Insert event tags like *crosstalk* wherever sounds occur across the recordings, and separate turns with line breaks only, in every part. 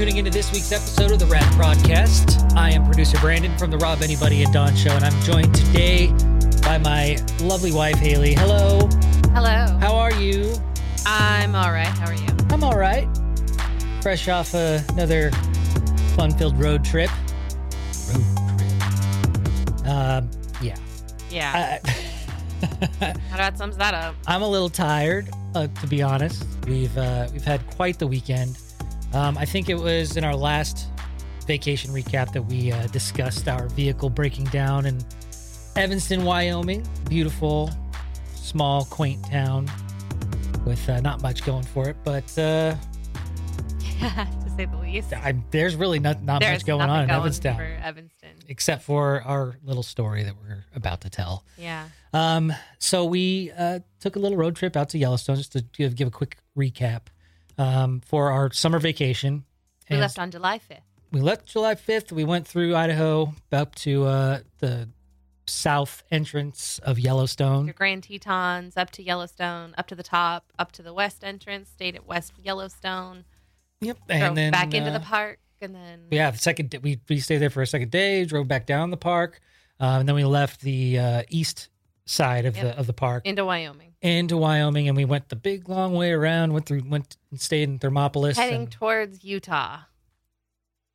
week's episode of the Rat Broadcast. I am producer Brandon from the Rob Anybody at Dawn show, and I'm joined today by my lovely wife, Haley. Hello.
Hello.
How are you?
I'm all right. How are you?
I'm all right. Fresh off uh, another fun filled road trip. Road trip. Um, yeah.
Yeah.
I, *laughs* Uh,
How about sums that up? *laughs*
I'm a little tired, uh, to be honest. We've uh, we've had quite the weekend. Um, I think it was in our last vacation recap that we uh, discussed our vehicle breaking down in Evanston, Wyoming. Beautiful, small, quaint town with uh, not much going for it, but uh,
to say the least.
I, there's really not not
There's
much going
nothing
on in
going
Evanston,
for Evanston.
except for our little story that we're about to tell.
Yeah.
Um, so we uh, took a little road trip out to Yellowstone just to give, give a quick recap um, for our summer vacation.
We
And
left on July 5th.
we left July 5th. We went through Idaho up to uh, the south entrance of
Your
Yellowstone.
Grand Tetons, up to Yellowstone, up to the top, up to the west entrance, stayed at West Yellowstone,
Yep.
drove
And then
back into the
uh,
park, and then
yeah, the second day, we we stayed there for a second day, drove back down the park, uh, and then we left the uh, east side of
Yep.
the of the park
into Wyoming,
into Wyoming, and we went the big long way around. Went through, went and stayed in Thermopolis,
heading
and,
towards Utah.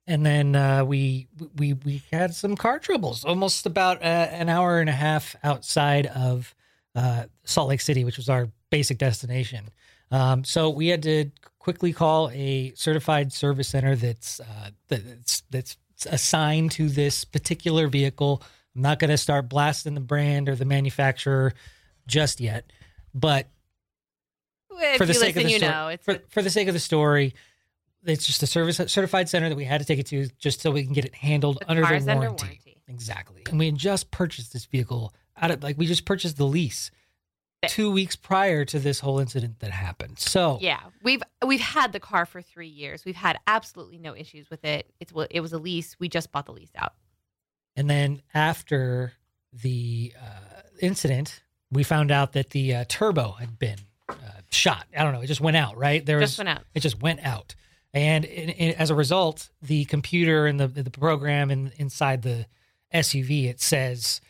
and then uh, we we we had some car troubles, almost about uh, an hour and a half outside of uh, Salt Lake City, which was our basic destination. Um, so we had to quickly call a certified service center that's uh, that's that's assigned to this particular vehicle. I'm not going to start blasting the brand or the manufacturer just yet, but
If
for the
you
sake
listen,
of the
you
story,
know. It's
for, for the sake of the story, it's just a service certified center that we had to take it to just so we can get it handled
the
under the
car's
warranty.
under warranty.
Exactly. And we had just purchased this vehicle out of like we just purchased the lease
Yeah.
two weeks prior to this whole incident that happened. So
Yeah, we've we've had the car for three years. We've had absolutely no issues with it. It's it was a lease. We just bought the lease out.
and then after the uh, incident, we found out that the uh, turbo had been uh, shot. I don't know. It just went out. Right there was
Just went out.
It just went out, and in, in, as a result, the computer and the the program and inside the SUV it says,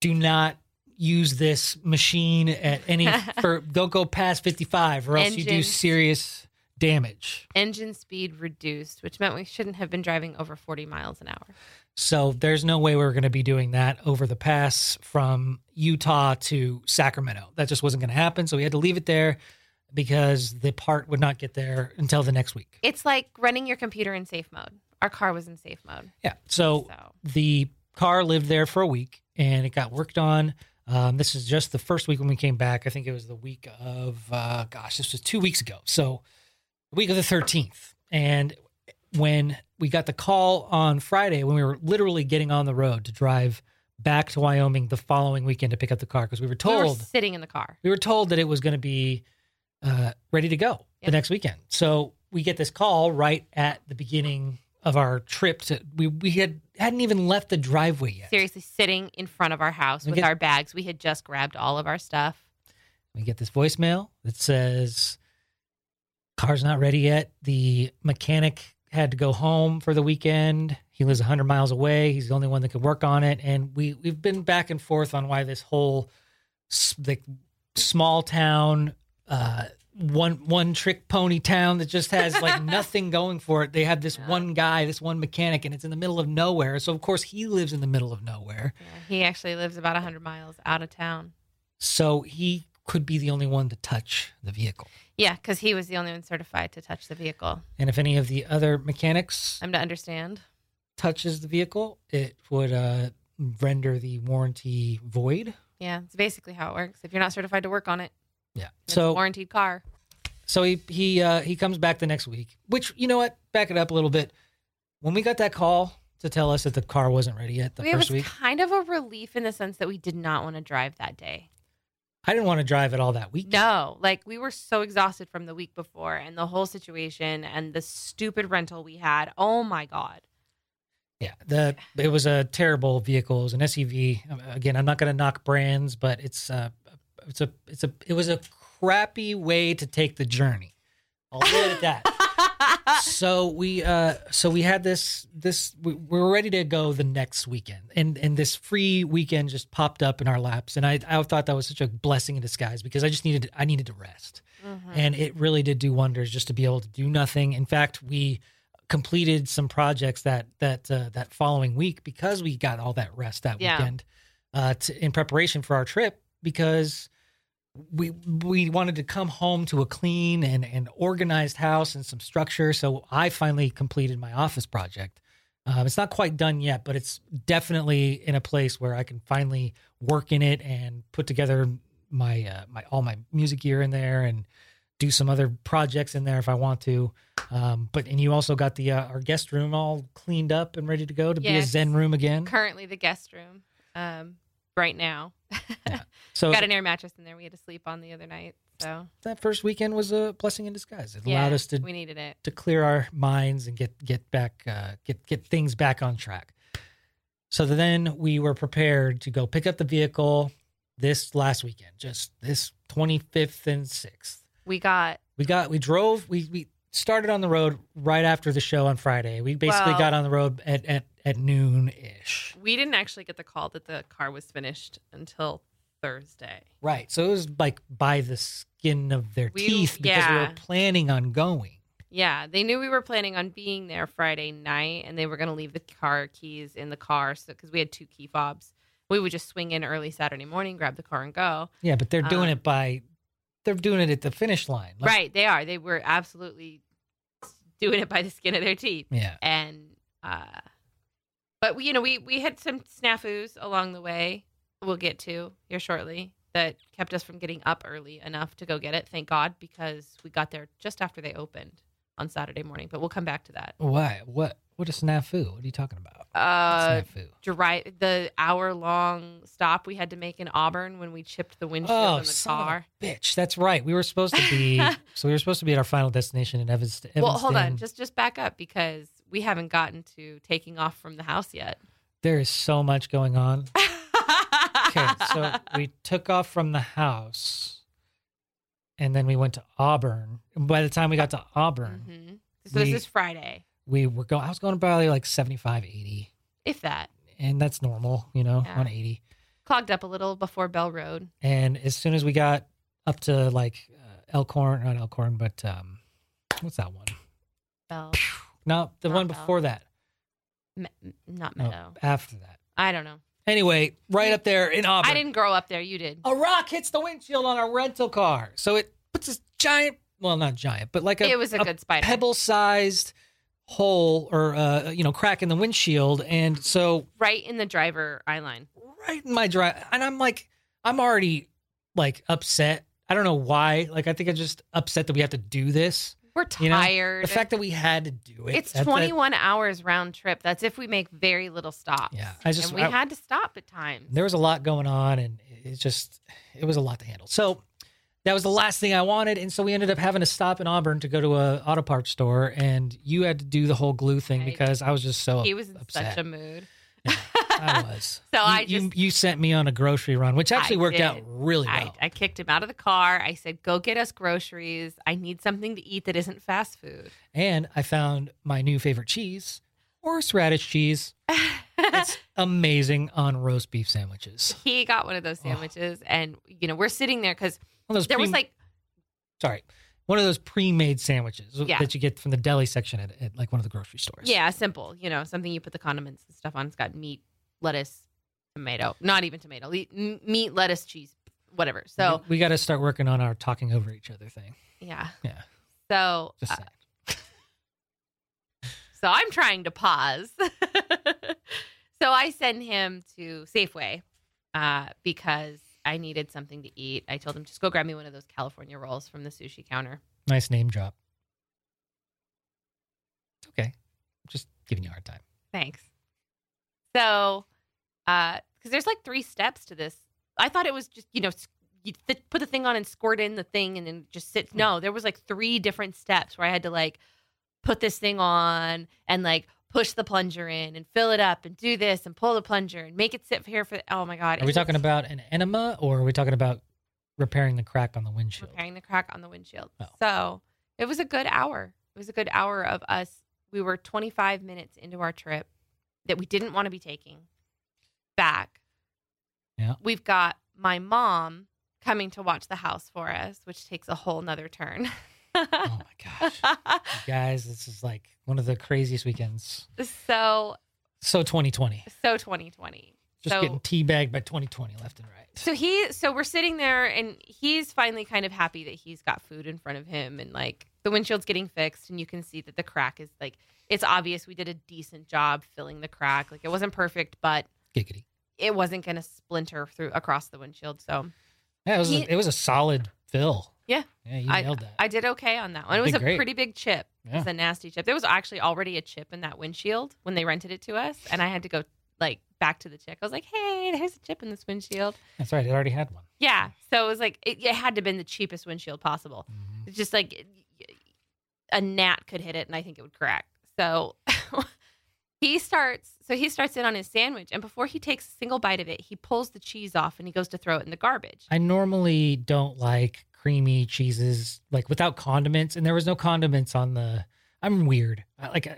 "Do not use this machine at any for don't go past fifty five, or else you do
Engines.
serious damage."
engine speed reduced, which meant we shouldn't have been driving over 40 miles an hour.
So there's no way we were going to be doing that over the pass from Utah to Sacramento. That just wasn't going to happen. So we had to leave it there because the part would not get there until the next week.
It's like running your computer in safe mode. Our car was in safe mode.
Yeah. So
So,
the car lived there for a week and it got worked on. Um, this is just the first week when we came back. I think it was the week of, uh, gosh, this was two weeks ago. So the week of the 13th. And when we got the call on Friday, when we were literally getting on the road to drive back to Wyoming the following weekend to pick up the car, because we were
we
told
were sitting in the car.
we were told that it was going to be uh, ready to go the
Yep.
next weekend. So we get this call right at the beginning of our trip. To, we we had hadn't even left the driveway yet.
Seriously, sitting in front of our house
We
with
get-
our bags. We had just grabbed all of our stuff.
We get this voicemail that says, "Car's not ready yet. The mechanic had to go home for the weekend. He lives 100 miles away. He's the only one that could work on it." And we we've been back and forth on why this whole s- like small town uh one one trick pony town that just has like nothing going for it. They have this
Yeah.
one guy, this one mechanic, and it's in the middle of nowhere. So of course he lives in the middle of nowhere.
Yeah, he actually lives about 100 miles out of town.
So he could be the only one to touch the vehicle.
Yeah, because he was the only one certified to touch the vehicle.
And if any of the other mechanics
I'm to understand.
touches the vehicle, it would uh, render the warranty void.
Yeah, it's basically how it works. If you're not certified to work on it,
Yeah.
it's
So
a warranted car.
so he he uh, he comes back the next week. Which you know what? Back it up a little bit. When we got that call to tell us that the car wasn't ready yet the
We- it was
first week,
kind of a relief in the sense that we did not want to drive that day.
I didn't want to drive it all that week.
No, like we were so exhausted from the week before and the whole situation and the stupid rental we had. Oh my God.
*laughs* Yeah, the it was a terrible vehicle. It was an SUV. Um, Again, I'm not going to knock brands, but it's uh, it's a it's a it was a crappy way to take the journey. I'll leave it at that. so we uh so we had this this we, we were ready to go the next weekend and and this free weekend just popped up in our laps and i i thought that was such a blessing in disguise because i just needed i needed to rest
Mhm.
and it really did do wonders just to be able to do nothing in fact we completed some projects that that uh, that following week because we got all that rest that
Yeah.
weekend uh to, in preparation for our trip because we we wanted to come home to a clean and and organized house and some structure so i finally completed my office project um, it's not quite done yet but it's definitely in a place where i can finally work in it and put together my uh, my all my music gear in there and do some other projects in there if I want to. Um, but and you also got the uh, our guest room all cleaned up and ready to go to be a
Yes.
Zen room again.
Currently, the guest room, um, right now.
So
Got an air mattress in there. We had to sleep on the other night, so
that first weekend was a blessing in disguise. It
yeah,
allowed us to
we needed it.
to clear our minds and get get back uh, get get things back on track. So then we were prepared to go pick up the vehicle this last weekend, just this 25th and 6th.
We got
We got we drove we we started on the road right after the show on Friday. We basically
Well-
got on the road at at, at noon ish.
we didn't actually get the call that the car was finished until Thursday.
Right. So it was like by the skin of their
We-
teeth because we
yeah.
were planning on going.
Yeah, they knew we were planning on being there Friday night, and they were going to leave the car keys in the car, so because we had two key fobs, we would just swing in early Saturday morning, grab the car, and go.
Yeah, but they're doing
Um,
it by they're doing it at the finish line. Like-
right, they are. They were absolutely doing it by the skin of their teeth,
Yeah.
and uh, but we, you know, we we had some snafus along the way. We'll get to here shortly that kept us from getting up early enough to go get it. Thank God, because we got there just after they opened on Saturday morning. But we'll come back to that.
Why? What what a snafu? What are you talking about?
Uh,
snafu.
drive the hour long stop we had to make in Auburn when we chipped the windshield
Oh,
on the
son of a
car.
Bitch, that's right. We were supposed to be
*laughs*
so we were supposed to be at our final destination in Evanston.
Well, hold on,
Evanston.
just just back up because we haven't gotten to taking off from the house yet.
there is so much going on. *laughs* Okay,
*laughs*
so we took off from the house and then we went to Auburn. By the time we got to Auburn,
Mhm. So this
We-
is Friday,
we were going, I was going probably like 75, 80,
if that.
and that's normal, you know,
Yeah.
on 80.
Clogged up a little before Bell Road.
And as soon as we got up to like uh, Elkhorn, not Elkhorn, but um, what's that one?
Bell,
No, the
Not
one
Bell.
before that.
me, not
No,
Meadow.
after that.
I don't know.
Anyway, right up there in Auburn. Oh,
I didn't grow up there. You did.
a rock hits the windshield on a rental car. So it puts this giant, well, not giant, but like a,
it was a, good spider.
pebble sized hole or, uh, you know, crack in the windshield. And so
right in the driver eye line.
right in my drive, and I'm like, I'm already like upset. I don't know why. Like, I think I'm just upset that we have to do this.
We're
You know,
tired.
The fact that we had to do it.
It's
at the-
21 hours round trip. That's if we make very little stops.
Yeah, I just-
and we
I-
had to stop at times.
there was a lot going on and it just it was a lot to handle so that was the last thing i wanted and so we ended up having to stop in auburn to go to a auto parts store and you had to do the whole glue thing
I-
because i was just so
He was in
upset.
such a mood. *laughs*
i was
So
you,
I
you-
just-
you, sent me on a grocery run which actually
I
worked
did.
out really
I,
well
I kicked him out of the car. I said, "Go get us groceries. I need something to eat that isn't fast food." *laughs*
and i found my new favorite cheese horseradish cheese *laughs* it's amazing on roast beef sandwiches
he got one of those
Oh.
sandwiches, and you know we're sitting there because
One of those
there was
pre-
like
sorry one of those pre-made sandwiches
Yeah.
that you get from the deli section at, at like one of the grocery stores
Yeah, simple. You know, something you put the condiments and stuff on. It's got meat, lettuce, tomato. Not even tomato. Le- m- meat, lettuce, cheese, whatever. So
we, got to start working on our talking over each other thing.
yeah,
Mm-hmm. Yeah.
So
Just
uh,
saying.
so I'm trying to pause. *laughs* so I send him to Safeway uh, because I needed something to eat. I told him just go grab me one of those California rolls from the sushi counter.
Nice name drop. It's okay. I'm just giving you a hard time.
Thanks. So, because there's like three steps to this. I thought it was just you know s- you th- put the thing on and squirt in the thing and then just
Mm.
sit. No, there was like three different steps where I had to like put this thing on and like push the plunger in and fill it up and do this and pull the plunger and make it sit here for. Oh my god!
Are
it
we
was
talking about an enema or are we talking about repairing the crack on the windshield?
repairing the crack on the windshield?
Oh.
So it was a good hour It was a good hour of us. We were 25 minutes into our trip that we didn't want to be taking back.
Yeah.
We've got my mom coming to watch the house for us, which takes a whole nother turn.
Oh my gosh. You guys, this is like one of the craziest weekends.
*laughs* so,
So 2020.
so 2020.
Just
So-
getting teabagged by 2020 left and right.
So he, so we're sitting there, and he's finally kind of happy that he's got food in front of him, and like the windshield's getting fixed, and you can see that the crack is like it's obvious we did a decent job filling the crack. Like it wasn't perfect, but
Giggity.
it wasn't going to splinter through across the windshield. So
Yeah, it was,
He-
a, it was a solid fill.
Yeah.
Yeah, you nailed that.
I did okay on that one. It was
Did
a
great.
pretty big chip. It was a nasty chip. There was actually already a chip in that windshield when they rented it to us, and I had to go like back to the chick. I was like, "Hey, there's a chip in this windshield."
That's right. It already had one.
Yeah, so it was like it, it had to have been the cheapest windshield possible.
Mhm.
It's just like a gnat could hit it, and I think it would crack. So *laughs* he starts. So he starts in on his sandwich, and before he takes a single bite of it, he pulls the cheese off and he goes to throw it in the garbage.
I normally don't like creamy cheeses, like without condiments, and there was no condiments on the. I'm weird. I, like, uh,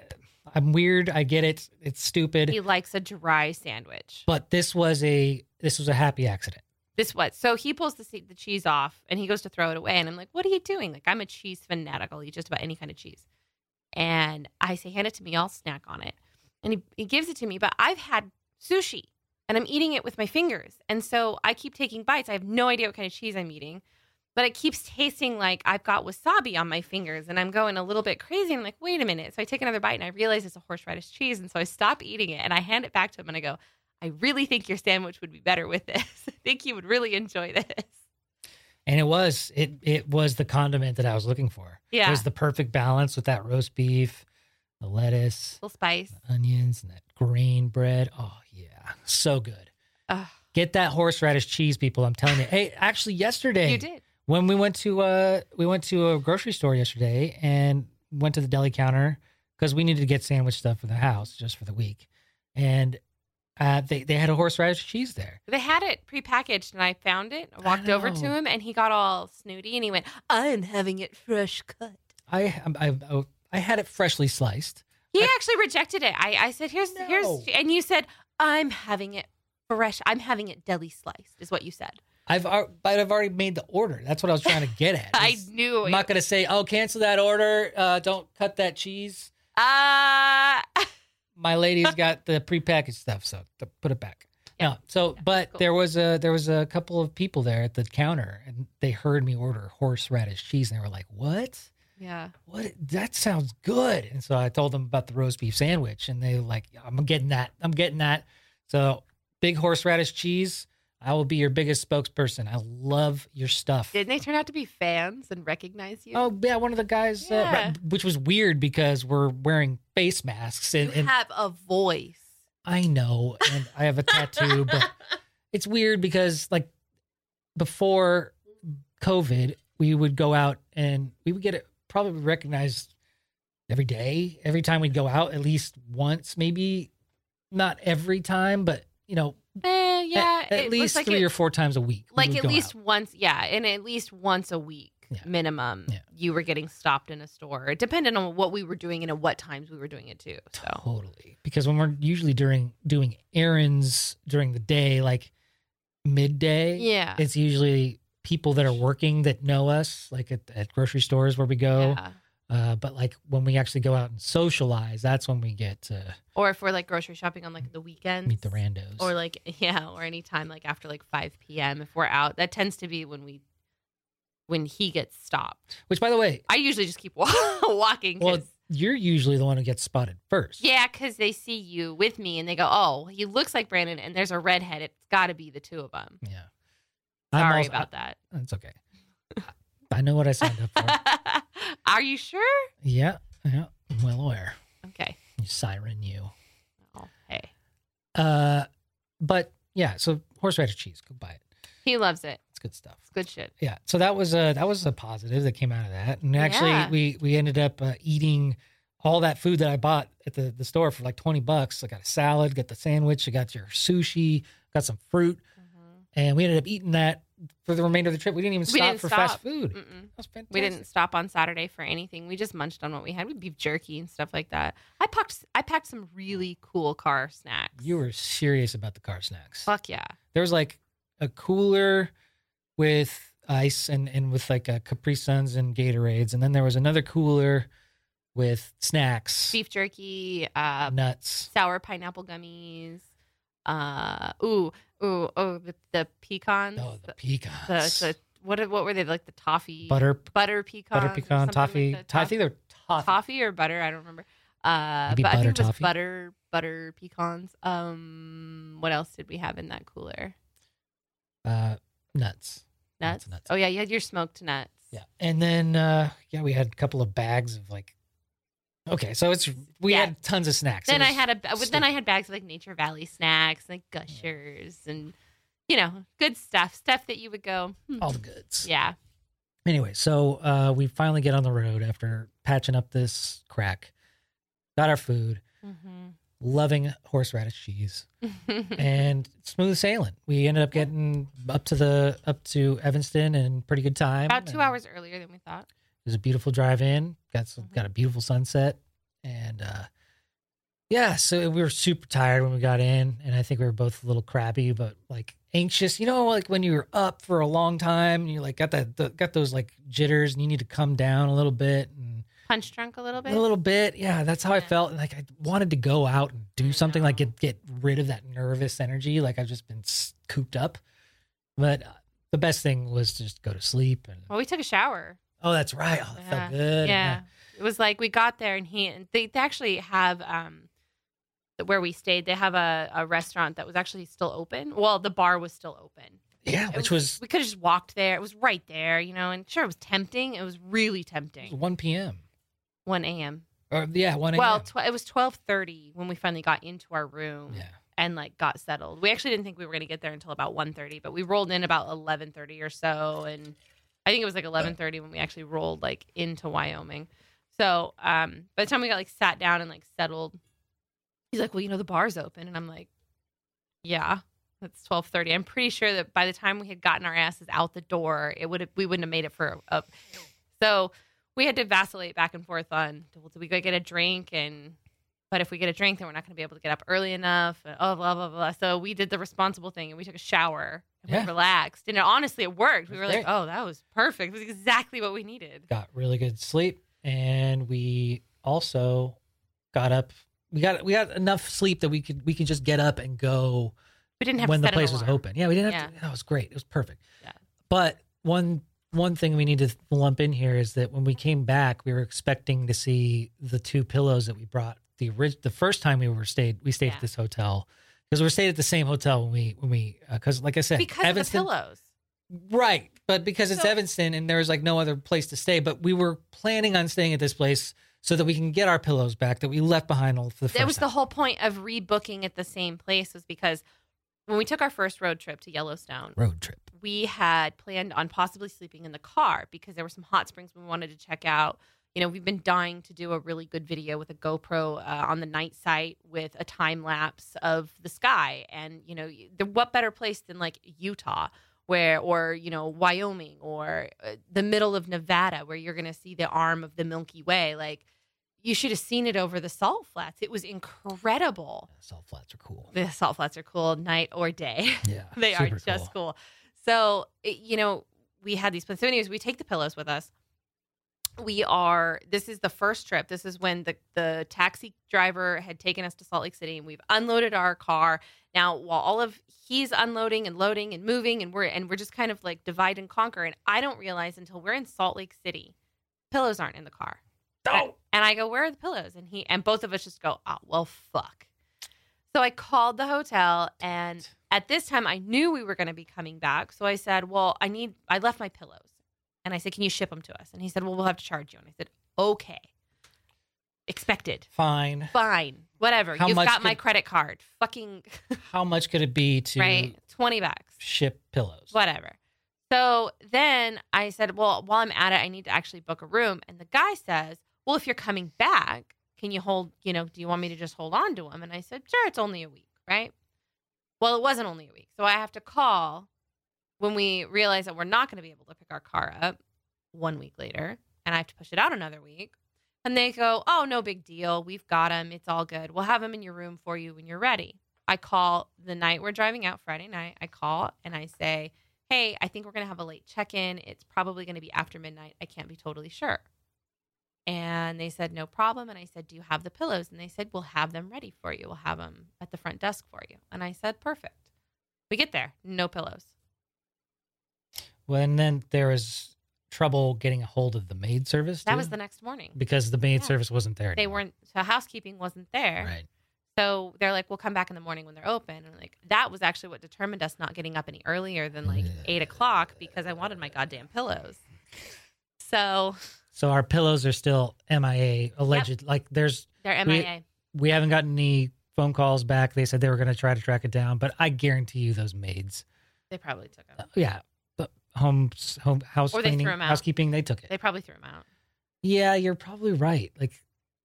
I'm weird. I get it. It's stupid.
He likes a dry sandwich.
but this was a this was a happy accident.
this was so he pulls the se- the cheese off and he goes to throw it away and i'm like what are you doing like i'm a cheese fanatic i'll eat just about any kind of cheese and i say hand it to me i'll snack on it and he, he gives it to me but i've had sushi and i'm eating it with my fingers and so i keep taking bites i have no idea what kind of cheese i'm eating but it keeps tasting like i've got wasabi on my fingers and i'm going a little bit crazy i'm like wait a minute so i take another bite and i realize it's a horseradish cheese and so i stop eating it and i hand it back to him and i go I really think your sandwich would be better with this. *laughs* I think you would really enjoy this.
And it was it it was the condiment that I was looking for.
Yeah.
It was the perfect balance with that roast beef, the lettuce,
Little spice.
the onions, and that green bread. Oh yeah. So good.
Ugh.
Get that horseradish cheese, people. I'm telling you. Hey, actually yesterday
You did.
when we went to uh we went to a grocery store yesterday and went to the deli counter because we needed to get sandwich stuff for the house just for the week. And uh, they, they had a horseradish cheese there.
They had it prepackaged and I found it. I
I
walked over to
know.
him and he got all snooty and he went, I'm having it fresh cut.
I I, I, I had it freshly sliced.
He
I-
actually rejected it. I, I said, Here's
No.
here's and you said, I'm having it fresh. I'm having it deli sliced, is what you said.
I've al- but I've already made the order. That's what I was trying to get at.
*laughs* I
It's-
knew
I'm
it.
not going to say, "Oh, cancel that order. Uh, don't cut that cheese."
uh, *laughs*
My lady's got the prepackaged stuff, so to put it back.
Yeah.
No, so
Yeah,
but
cool.
there was a there was a couple of people there at the counter, and they heard me order horseradish cheese, and they were like, "What?
yeah.
What? That sounds good." And so I told them about the roast beef sandwich, and they were like, "I'm getting that. I'm getting that." So big horseradish cheese. I will be your biggest spokesperson. I love your stuff.
Didn't they turn out to be fans and recognize you?
Oh yeah, one of the guys, uh,
Yeah.
right, which was weird because we're wearing face masks, and,
you
and
have a voice.
I know, and I have a tattoo,
*laughs*
but it's weird because like before COVID, we would go out and we would get it probably recognized every day, every time we'd go out, at least once, maybe not every time, but you know,
Eh,
at-
yeah.
at,
it
least
looks like
three
it-
or four times a week, we
like
would
at
go
least
out.
once yeah and at least once a week
Yeah.
minimum
Yeah.
you were getting stopped in a store it depended on what we were doing and at what times we were doing it too so
Totally. Because when we're usually during doing errands during the day, like midday,
yeah
it's usually people that are working that know us, like at, at grocery stores where we go.
yeah.
Uh, but like when we actually go out and socialize, that's when we get to
or if we're like grocery shopping on like the weekends
meet the randos.
Mm. or like *laughs* yeah or anytime like after like 5 p.m if we're out that tends to be when we when he gets stopped
Which, by the way,
i usually just keep *laughs* wa- walking 'cause-
well, you're usually the one who gets spotted first.
yeah because they see you with me and they go oh he looks like brandon and there's a redhead it's got to be the two of them
Yeah. I'm
sorry
also- *laughs*
about that
It's okay. I know what I signed up for.
*laughs* Are you sure?
yeah. Yeah. I'm well aware.
Okay.
You siren, you.
Oh, hey.
Uh, but yeah, so horseradish cheese, go buy it.
He loves it.
It's good stuff.
It's good shit.
Yeah, so that was a that was a positive that came out of that, and actually
Yeah.
we we ended up uh, eating all that food that I bought at the the store for like twenty bucks. I got a Mm-hmm. salad, got the sandwich, I got your sushi, got some fruit, and we ended up eating that for the remainder of the trip. We didn't even
We
stop
didn't
for
stop.
fast food. That
Mm-mm.
was fantastic.
We didn't stop on Saturday for anything. We just munched on what we had. We beef jerky and stuff like that. I packed I packed some really cool car snacks.
You were serious about the car snacks.
fuck yeah.
There was like a cooler with ice and and with like a Capri Suns and Gatorades, and then there was another cooler with snacks,
Beef jerky, uh,
nuts.
sour pineapple gummies. Uh, ooh, ooh, oh, the, the pecans.
Oh, the
the,
pecans.
Mm-hmm. the, what what were they like? The toffee
butter
butter pecans,
butter
or
pecan
something
toffee.
like that.
I think they're toffee.
toffee or butter. I don't remember. Uh,
Maybe
but I think
butter
it was
toffee?
butter butter pecans. Um, what else did we have in that cooler?
Uh, nuts.
Nuts.
Nuts.
Oh yeah, you had your smoked nuts.
Yeah, and then uh, yeah, we had a couple of bags of like. Okay, so it's we
Yeah.
had tons of snacks. It
Then I
was-
had a but then
stupid.
I had bags of like Nature Valley snacks, like Gushers, and you know, good stuff, stuff that you would go. hmm,
all the goods.
Yeah,
Anyway, so uh, we finally get on the road after patching up this crack. Got our food,
mm-hmm.
loving horseradish cheese, and smooth sailing. We ended up getting up to the up to Evanston in pretty good time.
*laughs* about two
and
hours earlier than we thought.
It was a beautiful drive in. Got some,
Mhm.
got a beautiful sunset, and uh, yeah. So we were super tired when we got in, and I think we were both a little crabby, but like anxious. You know, like when you're up for a long time, and you like got that the, got those like jitters, and you need to come down a little bit, and
Punch drunk a little bit.
a little bit. Yeah, that's how I
Yeah.
felt. And like I wanted to go out and do
I
something, like
know.
get get rid of that nervous energy. Like I've just been s- cooped up, but. uh, The best thing was to just go to sleep and
well, we took a shower.
oh, that's right. Oh, that
Yeah.
felt good.
Yeah. It was like we got there and he and they, they actually have um where we stayed, they have a, a restaurant that was actually still open. Well, the bar was still open.
Yeah,
It
which was,
we could have just walked there. It was right there, you know, and sure it was tempting. It was really
it was
tempting.
1 p.m.
One AM.
Or yeah, 1 a.m.
Well, tw- it was twelve thirty when we finally got into our room
yeah.
and like got settled. We actually didn't think we were gonna get there until about 1.30, but we rolled in about eleven thirty or so and I think it was like eleven thirty when we actually rolled like into Wyoming. So um by the time we got like sat down and like settled, he's like, Well, you know, the bar's open and I'm like, Yeah, that's twelve thirty. I'm pretty sure that by the time we had gotten our asses out the door, it would have we wouldn't have made it for a, so we had to vacillate back and forth on well, do we go get a drink and but if we get a drink, then we're not going to be able to get up early enough. And oh, blah blah blah. So we did the responsible thing and we took a shower and
Yeah.
we relaxed. And it, honestly, it worked. We
That's
were like,
great.
"Oh, that was perfect. It was exactly what we needed."
Got really good sleep, and we also got up. We got we got enough sleep that we could we could just get up and go
We didn't have
when
to
the
set an
place was
alarm.
open. Yeah, we didn't have to. That was great. It was perfect.
Yeah.
But one one thing we need to lump in here is that when we came back, we were expecting to see the two pillows that we brought the orig- the first time we were stayed we stayed
Yeah.
at this hotel because we were stayed at the same hotel when we when we because like I said
because
Evanston-
of the pillows.
Right. But because it's
So-
Evanston and there was like no other place to stay, but we were planning on staying at this place so that we can get our pillows back that we left behind all for the first
That was the
time.
whole point of rebooking at the same place was because when we took our first road trip to Yellowstone,
road trip.
we had planned on possibly sleeping in the car because there were some hot springs we wanted to check out. You know, we've been dying to do a really good video with a GoPro uh, on the night site with a time lapse of the sky. And, you know, the, what better place than like Utah? Where, or, you know, Wyoming or uh, the middle of Nevada, where you're going to see the arm of the Milky Way. Like, you should have seen it over the salt flats. It was incredible.
Salt flats are cool.
The salt flats are cool night or day *laughs*
Yeah. *laughs*
they are
super
just cool. So it, you know, we had these plans. So, anyways, we take the pillows with us. We are. This is the first trip. This is when the the taxi driver had taken us to Salt Lake City, and we've unloaded our car. Now, while all of he's unloading and loading and moving, and we're and we're just kind of like divide and conquer. And I don't realize until we're in Salt Lake City, pillows aren't in the car.
Oh,
And I go, "Where are the pillows?" And he and both of us just go, "Oh, well, fuck." So I called the hotel, and at this time, I knew we were going to be coming back. So I said, "Well, I need. I left my pillows." And I said, "Can you ship them to us?" And he said, "Well, we'll have to charge you." And I said, "Okay." Expected.
fine.
Fine. Whatever.
How
You've
much
got my
could-
credit card. Fucking
How much could it be to
right. Twenty bucks
ship pillows?
whatever. So then I said, well, while I'm at it, I need to actually book a room. And the guy says, well, if you're coming back, can you hold, you know, do you want me to just hold on to them? And I said, sure, it's only a week, right? Well, it wasn't only a week. So I have to call when we realize that we're not going to be able to pick our car up one week later and I have to push it out another week. And they go, Oh, no big deal. We've got them. It's all good. We'll have them in your room for you when you're ready. I call the night we're driving out Friday night. I call and I say, Hey, I think we're going to have a late check in. It's probably going to be after midnight. I can't be totally sure. And they said, No problem. And I said, Do you have the pillows? And they said, We'll have them ready for you. We'll have them at the front desk for you. And I said, Perfect. We get there, no pillows.
Well, and then there was trouble getting a hold of the maid service.
That
too,
was the next morning.
because the maid
yeah.
service wasn't there.
They
anymore.
weren't, so housekeeping wasn't there.
right.
So they're like, we'll come back in the morning when they're open. And like, that was actually what determined us not getting up any earlier than like eight o'clock because I wanted my goddamn pillows. So
So our pillows are still MIA alleged. Like there's
they're
We-
MIA.
we haven't gotten any phone calls back. They said they were going to try to track it down, but I guarantee you those maids.
they probably took them.
Yeah, but home home house
Or they
cleaning,
threw 'em out.
housekeeping, they took it.
They probably threw them out.
Yeah, you're probably right. Like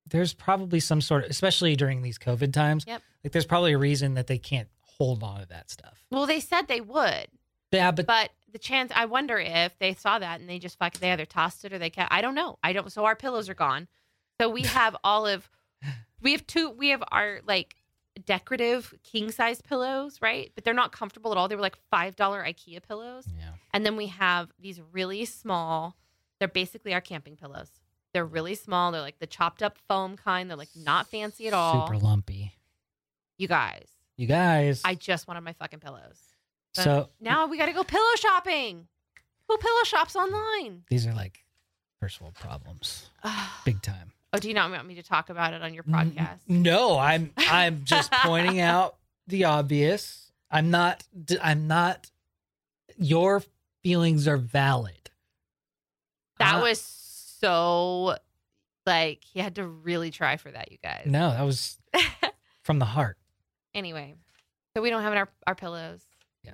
there's probably some sort of especially during these COVID times.
Yep.
Like there's probably a reason that they can't hold on to that stuff.
Well, they said they would,
Yeah, but,
but the chance, I wonder if they saw that and they just fuck, they either tossed it or they kept, I don't know. I don't, so our pillows are gone. So we have all of, we have two, we have our like decorative king size pillows, right? But they're not comfortable at all. They were like $5 Ikea pillows.
yeah.
And then we have these really small, they're basically our camping pillows. They're really small. They're like the chopped up foam kind. They're like not fancy at all.
Super lumpy.
You guys,
You guys.
I just wanted my fucking pillows. but-
so
Now we got to go pillow shopping. Who pillow shops online?
these are like first world problems.
Ugh.
Big time.
*sighs* Oh, do you not want me to talk about it on your podcast?
N- No, I'm I'm just
*laughs*
pointing out the obvious. I'm not d- I'm not your feelings are valid.
That
Uh,
was so like he had to really try for that, you guys.
No, that
*laughs*
was from the heart.
anyway, so we don't have our, our pillows.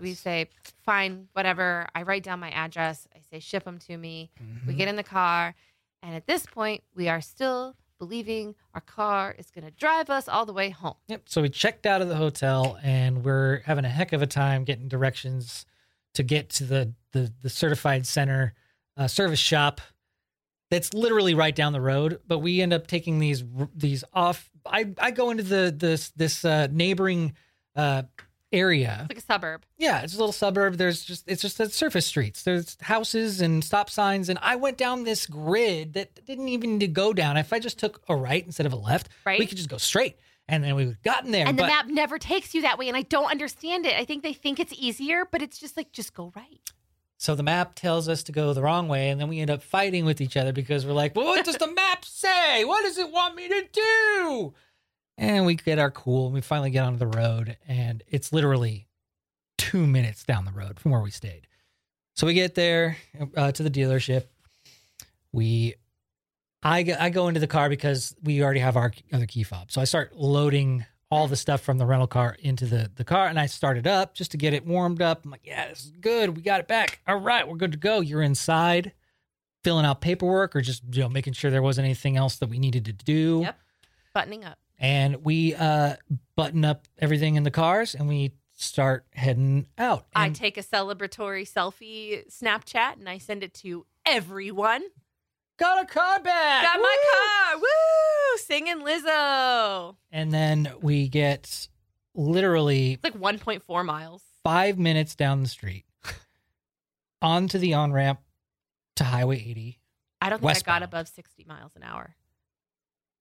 We
Yes.
say, fine, whatever. I write down my address. I say, ship them to me. We
Mhm.
get in the car. And at this point, we are still believing our car is going to drive us all the way home.
Yep. So we checked out of the hotel and we're having a heck of a time getting directions to get to the the, the certified center uh, service shop that's literally right down the road. But we end up taking these r- these off. I, I go into the this this uh, neighboring uh, area.
It's like a suburb.
Yeah, it's a little suburb. There's just it's just that surface streets. There's houses and stop signs. And I went down this grid that didn't even need to go down. If I just took a right instead of a left,
Right.
we could just go straight. And then we would have gotten there.
and the
but-
map never takes you that way. And I don't understand it. I think they think it's easier, but it's just like, just go right.
So the map tells us to go the wrong way, and then we end up fighting with each other because we're like, well, what does
*laughs*
the map say? What does it want me to do? And we get our cool, and we finally get onto the road, and it's literally two minutes down the road from where we stayed. So we get there uh, to the dealership. We, I, go- I go into the car because we already have our other key fob. So I start loading all the stuff from the rental car into the, the car and I start it up just to get it warmed up. I'm like, yeah, this is good. We got it back. All right, we're good to go. You're inside filling out paperwork or just you know making sure there wasn't anything else that we needed to do.
Yep. Buttoning up.
And we uh, button up everything in the cars and we start heading out.
I
And-
take a celebratory selfie Snapchat and I send it to everyone.
got a car back.
Got my
Woo!
car. Woo! Singing Lizzo.
And then we get literally
It's like 1.4 miles.
five minutes down the street *laughs* onto the on ramp to Highway 80.
I don't think I
Westbound.
got above 60 miles an hour.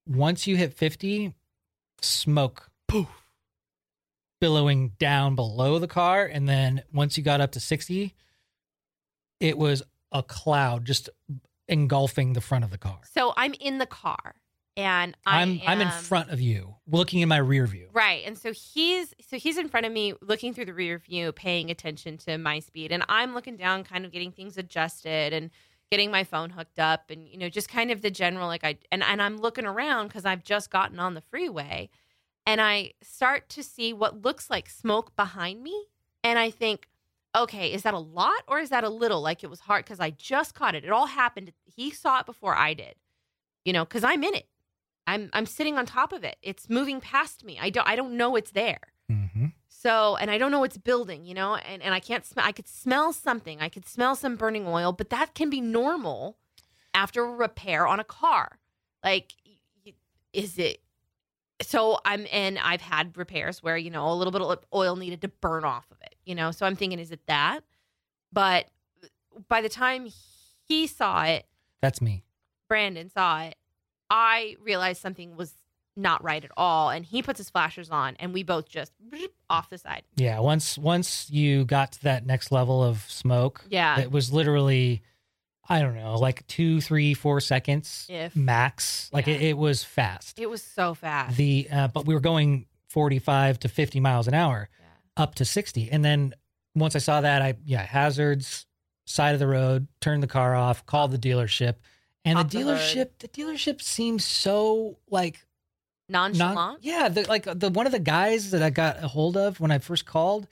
Once you hit 50, smoke poof billowing down below the car. And then once you got up to 60, it was a cloud just engulfing the front of the car.
So I'm in the car and I
I'm I'm in
am-
front of you, looking in my rear view.
Right. And so he's so he's in front of me looking through the rear view, paying attention to my speed. And I'm looking down, kind of getting things adjusted and getting my phone hooked up and you know, just kind of the general like I and, and I'm looking around because I've just gotten on the freeway and I start to see what looks like smoke behind me. And I think, okay, is that a lot or is that a little? Like it was hard because I just caught it. It all happened. He saw it before I did, you know, because I'm in it. I'm I'm sitting on top of it. It's moving past me. I don't I don't know it's there.
Mm-hmm.
So, and I don't know what's building, you know, and, and I can't smell, I could smell something. I could smell some burning oil, but that can be normal after a repair on a car. Like, y- y- is it? So I'm, and I've had repairs where, you know, a little bit of oil needed to burn off of it, you know, so I'm thinking, is it that? But by the time he saw it,
That's me.
Brandon saw it, I realized something was not right at all. And he puts his flashers on and we both just off the side.
Yeah. Once once you got to that next level of smoke,
Yeah.
it was literally, I don't know, like two, three, four seconds
If.
max. Like
Yeah.
it, it was fast.
It was so fast.
The uh, but we were going forty five to fifty miles an hour
Yeah.
up to sixty, and then once I saw that, I yeah hazards side of the road, turned the car off, called the dealership, and
Off
the
the hood.
dealership the dealership seems so like
Nonchalant.
Not- yeah, the, like the one of the guys that I got a hold of when I first called,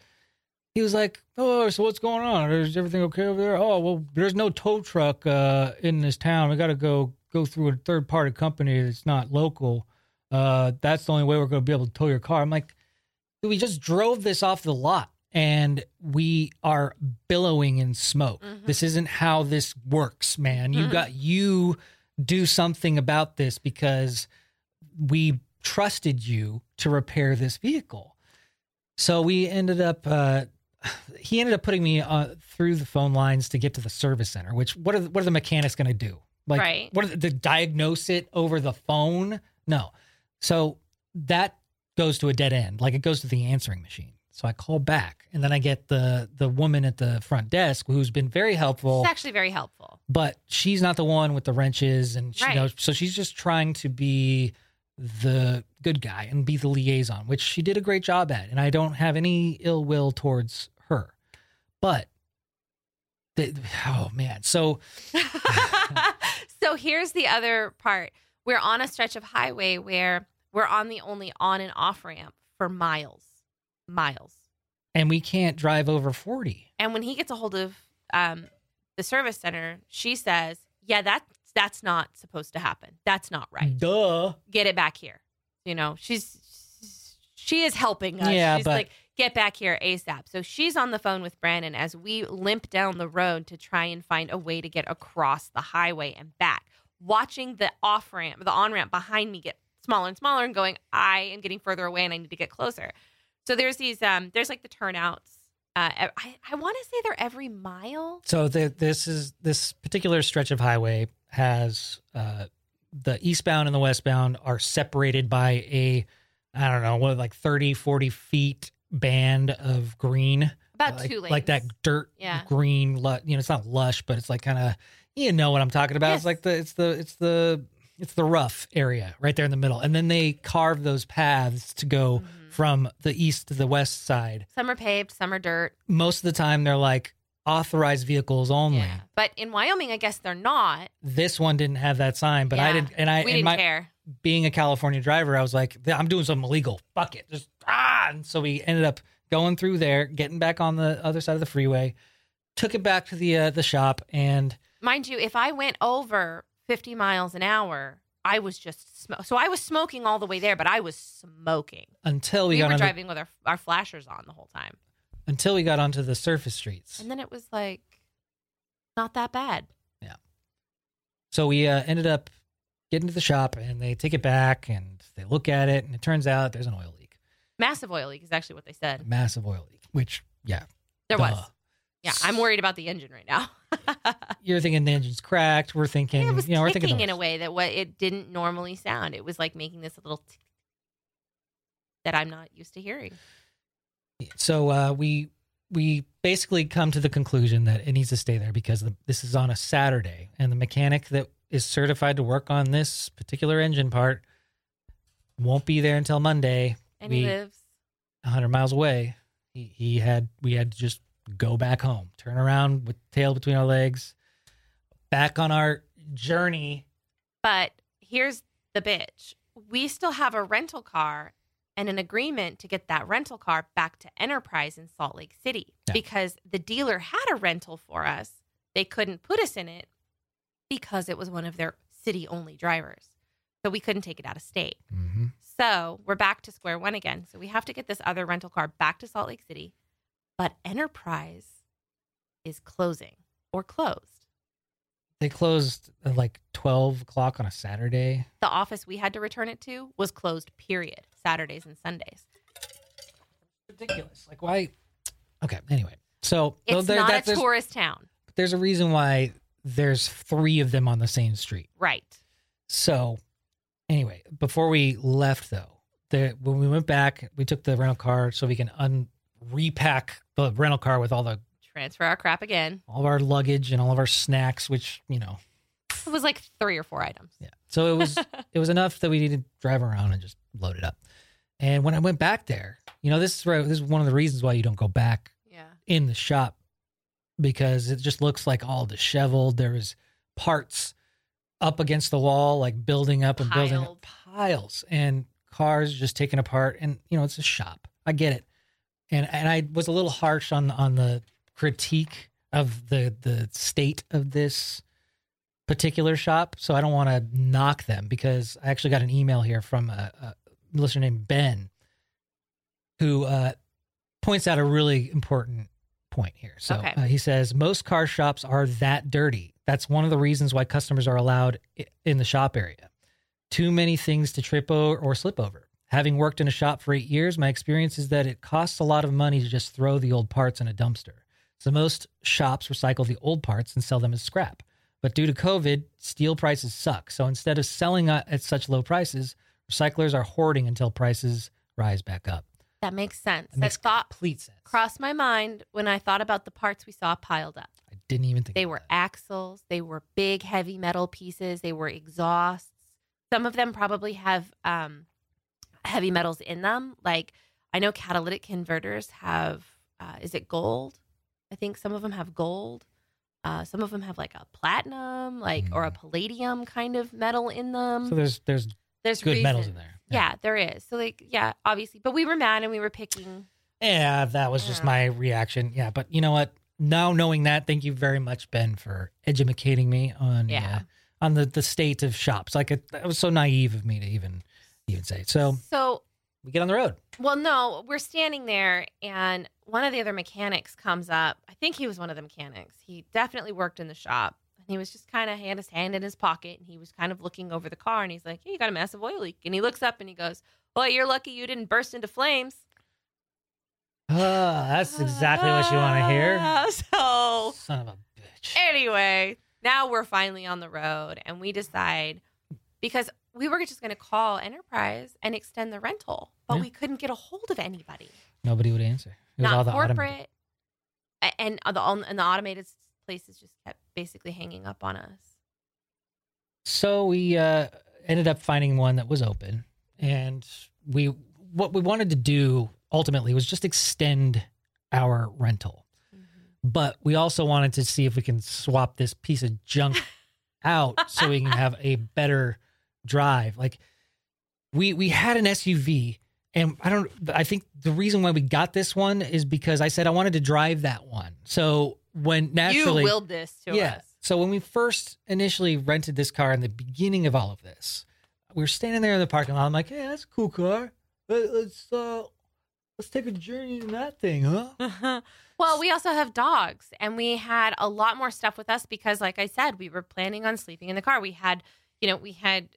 he was like, "Oh, so what's going on? Is everything okay over there? Oh, well, there's no tow truck uh, in this town. We got to go go through a third party company that's not local. Uh, that's the only way we're going to be able to tow your car." I'm like, "We just drove this off the lot." And we are billowing in smoke.
Mhm.
Mm-hmm. This isn't how this works, man. You
Mhm.
got you do something about this because we trusted you to repair this vehicle. So we ended up, uh, *sighs* he ended up putting me uh, through the phone lines to get to the service center, which what are the, what are the mechanics going to do? Like,
Right.
what are the, to diagnose it over the phone? No. So that goes to a dead end. Like it goes to the answering machine. So I call back and then I get the, the woman at the front desk who's been very helpful
It's actually
*laughs*
very helpful. *laughs*
but she's not the one with the wrenches and she
Right.
knows so she's just trying to be the good guy and be the liaison which she did a great job at and i don't have any ill will towards her but the, oh man so
so here's the other part. We're on a stretch of highway where we're on the only on and off ramp for miles. Miles.
and we can't drive over 40
And when he gets a hold of um, the service center, she says, Yeah, that, that's not supposed to happen. That's not right.
duh
Get it back here. You know, she's she is helping us.
Yeah,
she's
but-
like, get back here ASAP. So she's on the phone with Brandon as we limp down the road to try and find a way to get across the highway and back. Watching the off ramp, the on ramp behind me get smaller and smaller and going, I am getting further away and I need to get closer. So there's these, um, there's like the turnouts. Uh, I, I want to say they're every mile.
so the, this is this particular stretch of highway has uh the eastbound and the westbound are separated by a i don't know what like 30 40 feet band of green
About
like,
two lanes.
like that dirt
Yeah.
green lu- you know it's not lush but it's like kind of you know what i'm talking about
Yes.
it's like the it's the it's the it's the rough area right there in the middle and then they carve those paths to go
Mhm.
from the east to the west side
Some are paved, some are dirt.
most of the time they're like authorized vehicles only
Yeah. But in Wyoming, I guess they're not.
this one didn't have that sign but i
Yeah.
didn't and i
we
and
didn't
my,
care.
being a California driver, I was like, I'm doing something illegal. Fuck it. Just ah. And so we ended up going through there, getting back on the other side of the freeway, took it back to the uh, the shop, and
mind you, if I went over 50 miles an hour, I was just sm- so I was smoking all the way there, but I was smoking.
until we,
We,
got
were
on
driving with our, our flashers on the whole time,
until we got onto the surface streets.
and then it was like not that bad.
So we uh, ended up getting to the shop, and they take it back, and they look at it, and it turns out there's an oil leak,
Massive oil leak is actually what they
a
said.
massive oil leak. Which yeah,
There
duh.
was. Yeah, I'm worried about the engine right now. *laughs*
You're thinking the engine's cracked. We're thinking,
it was
you know, we're thinking
ticking
the
in a
worst.
way that what it didn't normally sound. It was like making this little tick that I'm not used to hearing.
So uh, we we basically come to the conclusion that it needs to stay there because the, this is on a Saturday, and the mechanic that is certified to work on this particular engine part won't be there until Monday,
And
We-
he lives.
100 miles away. He, he had we had to just go back home, turn around with tail between our legs, back on our journey.
But here's the bitch. We still have a rental car and an agreement to get that rental car back to Enterprise in Salt Lake City
Yeah.
because the dealer had a rental for us. They couldn't put us in it because it was one of their city only drivers. So we couldn't take it out of state. So we're back to square one again. So we have to get this other rental car back to Salt Lake City, but Enterprise is closing or closed.
They closed at like 12 o'clock on a Saturday.
The office we had to return it to was closed, period, Saturdays and Sundays.
Ridiculous. Like, why? Okay, anyway. So
It's
though there-
not
that-
a
there's,
tourist town.
there's a reason why there's three of them on the same street.
Right.
So, anyway, before we left though, the, when we went back, we took the rental car so we can un repack the rental car with all the
Transfer our crap again.
all of our luggage and all of our snacks, which you know,
It was like three or four items.
yeah. So it
*laughs*
was it was enough that we needed to drive around and just load it up. And when I went back there, you know, this is where, this is one of the reasons why you don't go back
Yeah.
in the shop because it just looks like all disheveled. There was parts up against the wall, like building up and building up
Piled.
piles and cars just taken apart. And you know, it's a shop. I get it. And and I was a little harsh on on the critique of the the state of this particular shop. So I don't want to knock them because I actually got an email here from a, a listener named Ben who uh, points out a really important point here. So
Okay.
uh, he says most car shops are that dirty. That's one of the reasons why customers are allowed i- in the shop area. Too many things to trip over or slip over. Having worked in a shop for eight years, my experience is that it costs a lot of money to just throw the old parts in a dumpster. So most shops recycle the old parts and sell them as scrap. But due to COVID, steel prices suck. So instead of selling at at such low prices, recyclers are hoarding until prices rise back up.
That makes sense.
That makes
that thought
complete sense.
crossed my mind when I thought about the parts we saw piled up.
I didn't even think
They
about
were
that.
axles, they were big heavy metal pieces, they were exhausts. Some of them probably have um, heavy metals in them. Like I know catalytic converters have, uh, is it gold? I think some of them have gold. Uh, some of them have like a platinum, like or a palladium kind of metal in them.
Hmm. So there's there's
There's
good metals
reason-
in there.
Yeah. there is. So like, yeah, obviously, but we were mad and we were picking.
Yeah, that was just
Yeah.
my reaction. Yeah, but you know what? Now knowing that, thank you very much, Ben, for educating me on
Yeah.
uh, on the, the state of shops. Like it, that was so naive of me to even even say. It. So
So
we get on the road.
Well, no, we're standing there, and one of the other mechanics comes up. I think he was one of the mechanics. He definitely worked in the shop, and he was just kind of had his hand in his pocket, and he was kind of looking over the car, and he's like, "Hey, you got a massive oil leak." And he looks up and he goes, "Well, you're lucky you didn't burst into flames."
Ah, that's exactly what you want to
*laughs*
hear.
Ah, So
Son of a bitch.
anyway, now we're finally on the road, and we decide because we were just going to call Enterprise and extend the rental, but
Yeah.
we couldn't get a hold of anybody.
Nobody would answer. It was
not
all the automated-
corporate. A- And uh, the and the automated places just kept basically hanging up on us.
So we uh, ended up finding one that was open, and we what we wanted to do ultimately was just extend our rental, but we also wanted to see if we can swap this piece of junk out so we can have a better drive. Like we we had an SUV. And I don't. I think the reason why we got this one is because I said I wanted to drive that one. So when naturally
you willed this to
yeah.
us.
So when we first initially rented this car in the beginning of all of this, we were standing there in the parking lot. I'm like, hey, that's a cool car. Let- Let's uh, let's take a journey in that thing, huh?
*laughs* well, we also have dogs, and we had a lot more stuff with us because, like I said, we were planning on sleeping in the car. We had, you know, we had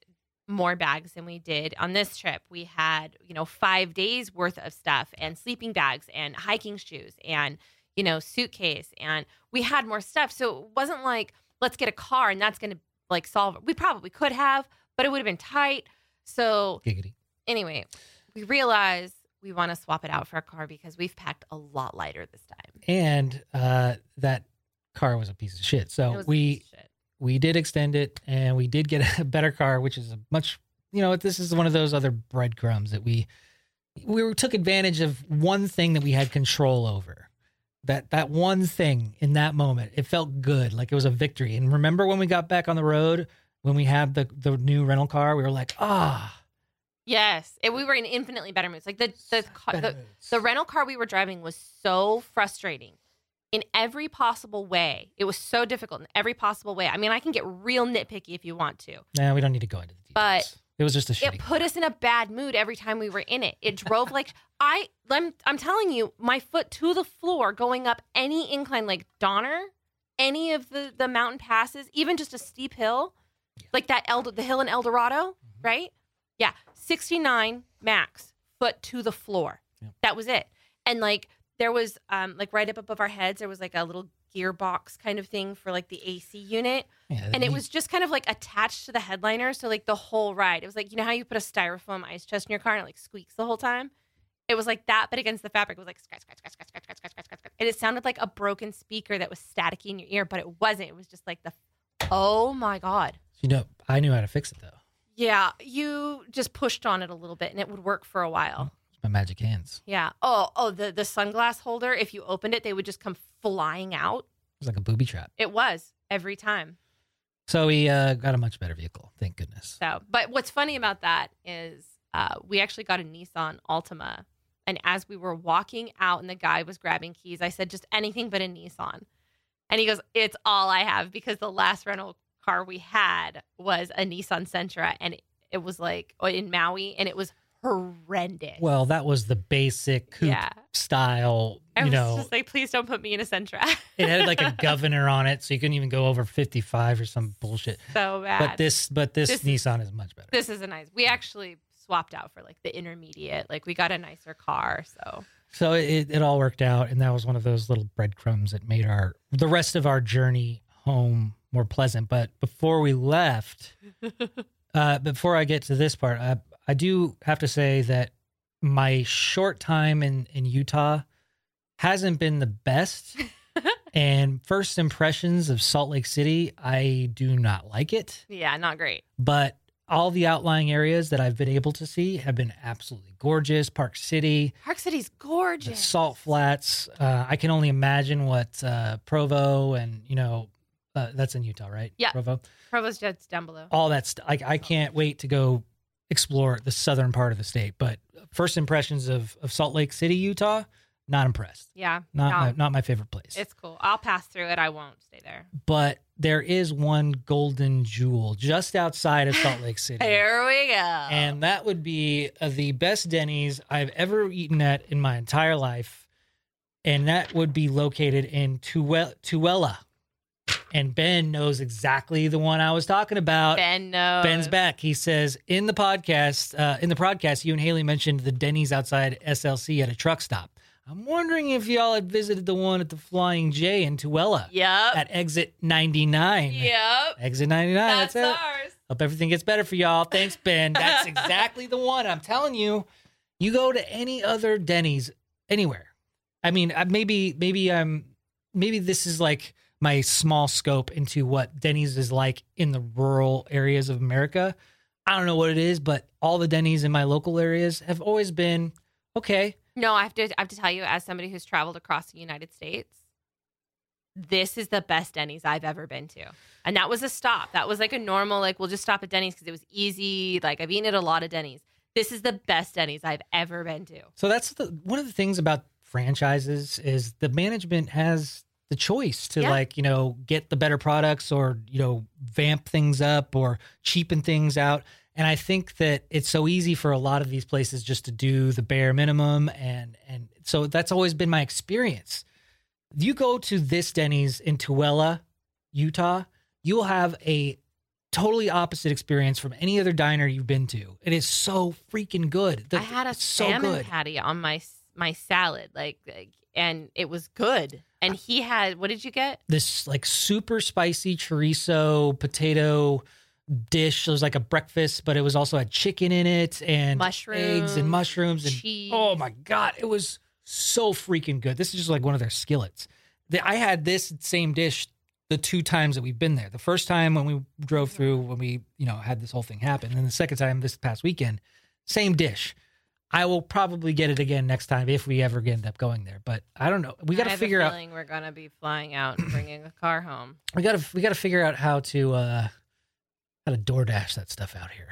more bags than we did on this trip. We had, you know, five days worth of stuff and sleeping bags and hiking shoes and, you know, suitcase. And we had more stuff. So it wasn't like, let's get a car and that's going to like solve it. We probably could have, but it would have been tight. So
Giggity.
anyway, we realize we want to swap it out for a car because we've packed a lot lighter this time.
And uh, that car was a piece of shit.
It
So
was a
we
piece of shit.
we did extend it, and we did get *laughs* a better car, which is a much you know this is one of those other breadcrumbs that we we were, took advantage of one thing that we had control over. That that one thing in that moment, it felt good, like it was a victory. And remember when we got back on the road, when we had the the new rental car, we were like, ah,
yes, and we were in infinitely better moods. Like the the car,
better
the,
moods.
the rental car we were driving was so frustrating in every possible way. It was so difficult in every possible way. I mean, I can get real nitpicky if you want to,
Nah, we don't need to go into the details.
but
It was just a shitty.
it put us in a bad mood every time we were in it. It drove like *laughs* I I'm, I'm telling you, my foot to the floor going up any incline like Donner, any of the the mountain passes, even just a steep hill, like that El the hill in El Dorado,
Mm-hmm.
right? Yeah, 69 max foot to the floor.
Yeah.
That was it. And like there was um like right up above our heads there was like a little gearbox kind of thing for like the AC unit
Yeah,
and it
you-
was just kind of like attached to the headliner. So like the whole ride, it was like you know how you put a styrofoam ice chest in your car and it like squeaks the whole time. It was like that, but against the fabric, it was like scratch, scratch, scratch, scratch, scratch, scratch, scratch, scratch, scratch, scratch. and it sounded like a broken speaker that was staticky in your ear, but it wasn't. It was just like the, oh my god,
You know, I knew how to fix it though.
yeah. You just pushed on it a little bit, and it would work for a while.
It's my magic hands.
Yeah. Oh, oh, the the sunglass holder. If you opened it, they would just come flying out.
It was like a booby trap.
It was every time.
So we uh, got a much better vehicle. Thank goodness.
So, but what's funny about that is uh, we actually got a Nissan Altima. And as we were walking out and the guy was grabbing keys, I said, just anything but a Nissan. And he goes, it's all I have because the last rental car we had was a Nissan Sentra. And it, it was like oh, in Maui and it was horrendous.
Well, that was the basic coupe
yeah.
style. you
I was
know,
just like, please don't put me in a Sentra. *laughs*
it had like a governor on it, so you couldn't even go over fifty-five or some bullshit.
so bad.
But this, but this,
This-
Nissan is much better.
this is a nice, we actually swapped out for like the intermediate. Like we got a nicer car. So.
So it, it all worked out, and that was one of those little breadcrumbs that made our the rest of our journey home more pleasant. But before we left, uh, before I get to this part, I, I do have to say that my short time in in Utah hasn't been the best. and first impressions of Salt Lake City, I do not like it
Yeah, not great.
but all the outlying areas that I've been able to see have been absolutely gorgeous. Park City,
Park City's
the
gorgeous.
Salt Flats. Uh, I can only imagine what uh, Provo and you know uh, that's in Utah, right?
Yeah.
Provo.
Provo's just down below.
All that stuff. I, I can't wait to go explore the southern part of the state. But first impressions of of Salt Lake City, Utah, not impressed.
Yeah,
Not
No.
my, not my favorite place.
it's cool. I'll pass through it. I won't stay there.
but there is one golden jewel just outside of Salt Lake
*laughs*
City.
Here we go.
and that would be uh, the best Denny's I've ever eaten at in my entire life, and that would be located in Tue- Tuella. And Ben knows exactly the one I was talking about.
ben knows.
uh, Ben's back. He says in the podcast, uh, in the podcast, you and Haley mentioned the Denny's outside SLC at a truck stop. I'm wondering if y'all had visited the one at the Flying J in Tuella
Yep.
at exit 99.
Yep.
Exit 99.
That's,
That's, it.
ours.
Hope everything gets better for y'all. Thanks, Ben. That's exactly the one. I'm telling you, you go to any other Denny's anywhere. I mean, I- maybe, maybe I'm, maybe this is like my small scope into what Denny's is like in the rural areas of America. I don't know what it is, but all the Denny's in my local areas have always been okay.
No, I have to. I have to tell you, as somebody who's traveled across the United States, this is the best Denny's I've ever been to. And that was a stop. That was like a normal, like we'll just stop at Denny's because it was easy. Like I've eaten at a lot of Denny's. This is the best Denny's I've ever been to.
So that's the, one of the things about franchises is the management has the choice to
Yeah.
like you know get the better products or you know vamp things up or cheapen things out. And I think that it's so easy for a lot of these places just to do the bare minimum and and so that's always been my experience. You go to this Denny's in Tooele, Utah, you will have a totally opposite experience from any other diner you've been to. It is so freaking good. The-
I had a
it's so
salmon
good.
patty on my my salad, like, like- and it was good. And he had what did you get?
this like super spicy chorizo potato dish. It was like a breakfast, but it was also had chicken in it and eggs and
Mushrooms,
mushrooms and
Cheese.
oh my god, it was so freaking good. This is just like one of their skillets. The- I had this same dish the two times that we've been there. The first time when we drove through when we you know had this whole thing happen, and the second time this past weekend, same dish. I will probably get it again next time if we ever end up going there. But I don't know. We got
I
to
have
figure
a
out
feeling We're gonna be flying out and bringing a car home.
we gotta we gotta figure out how to uh how to DoorDash that stuff out
*sighs*
here.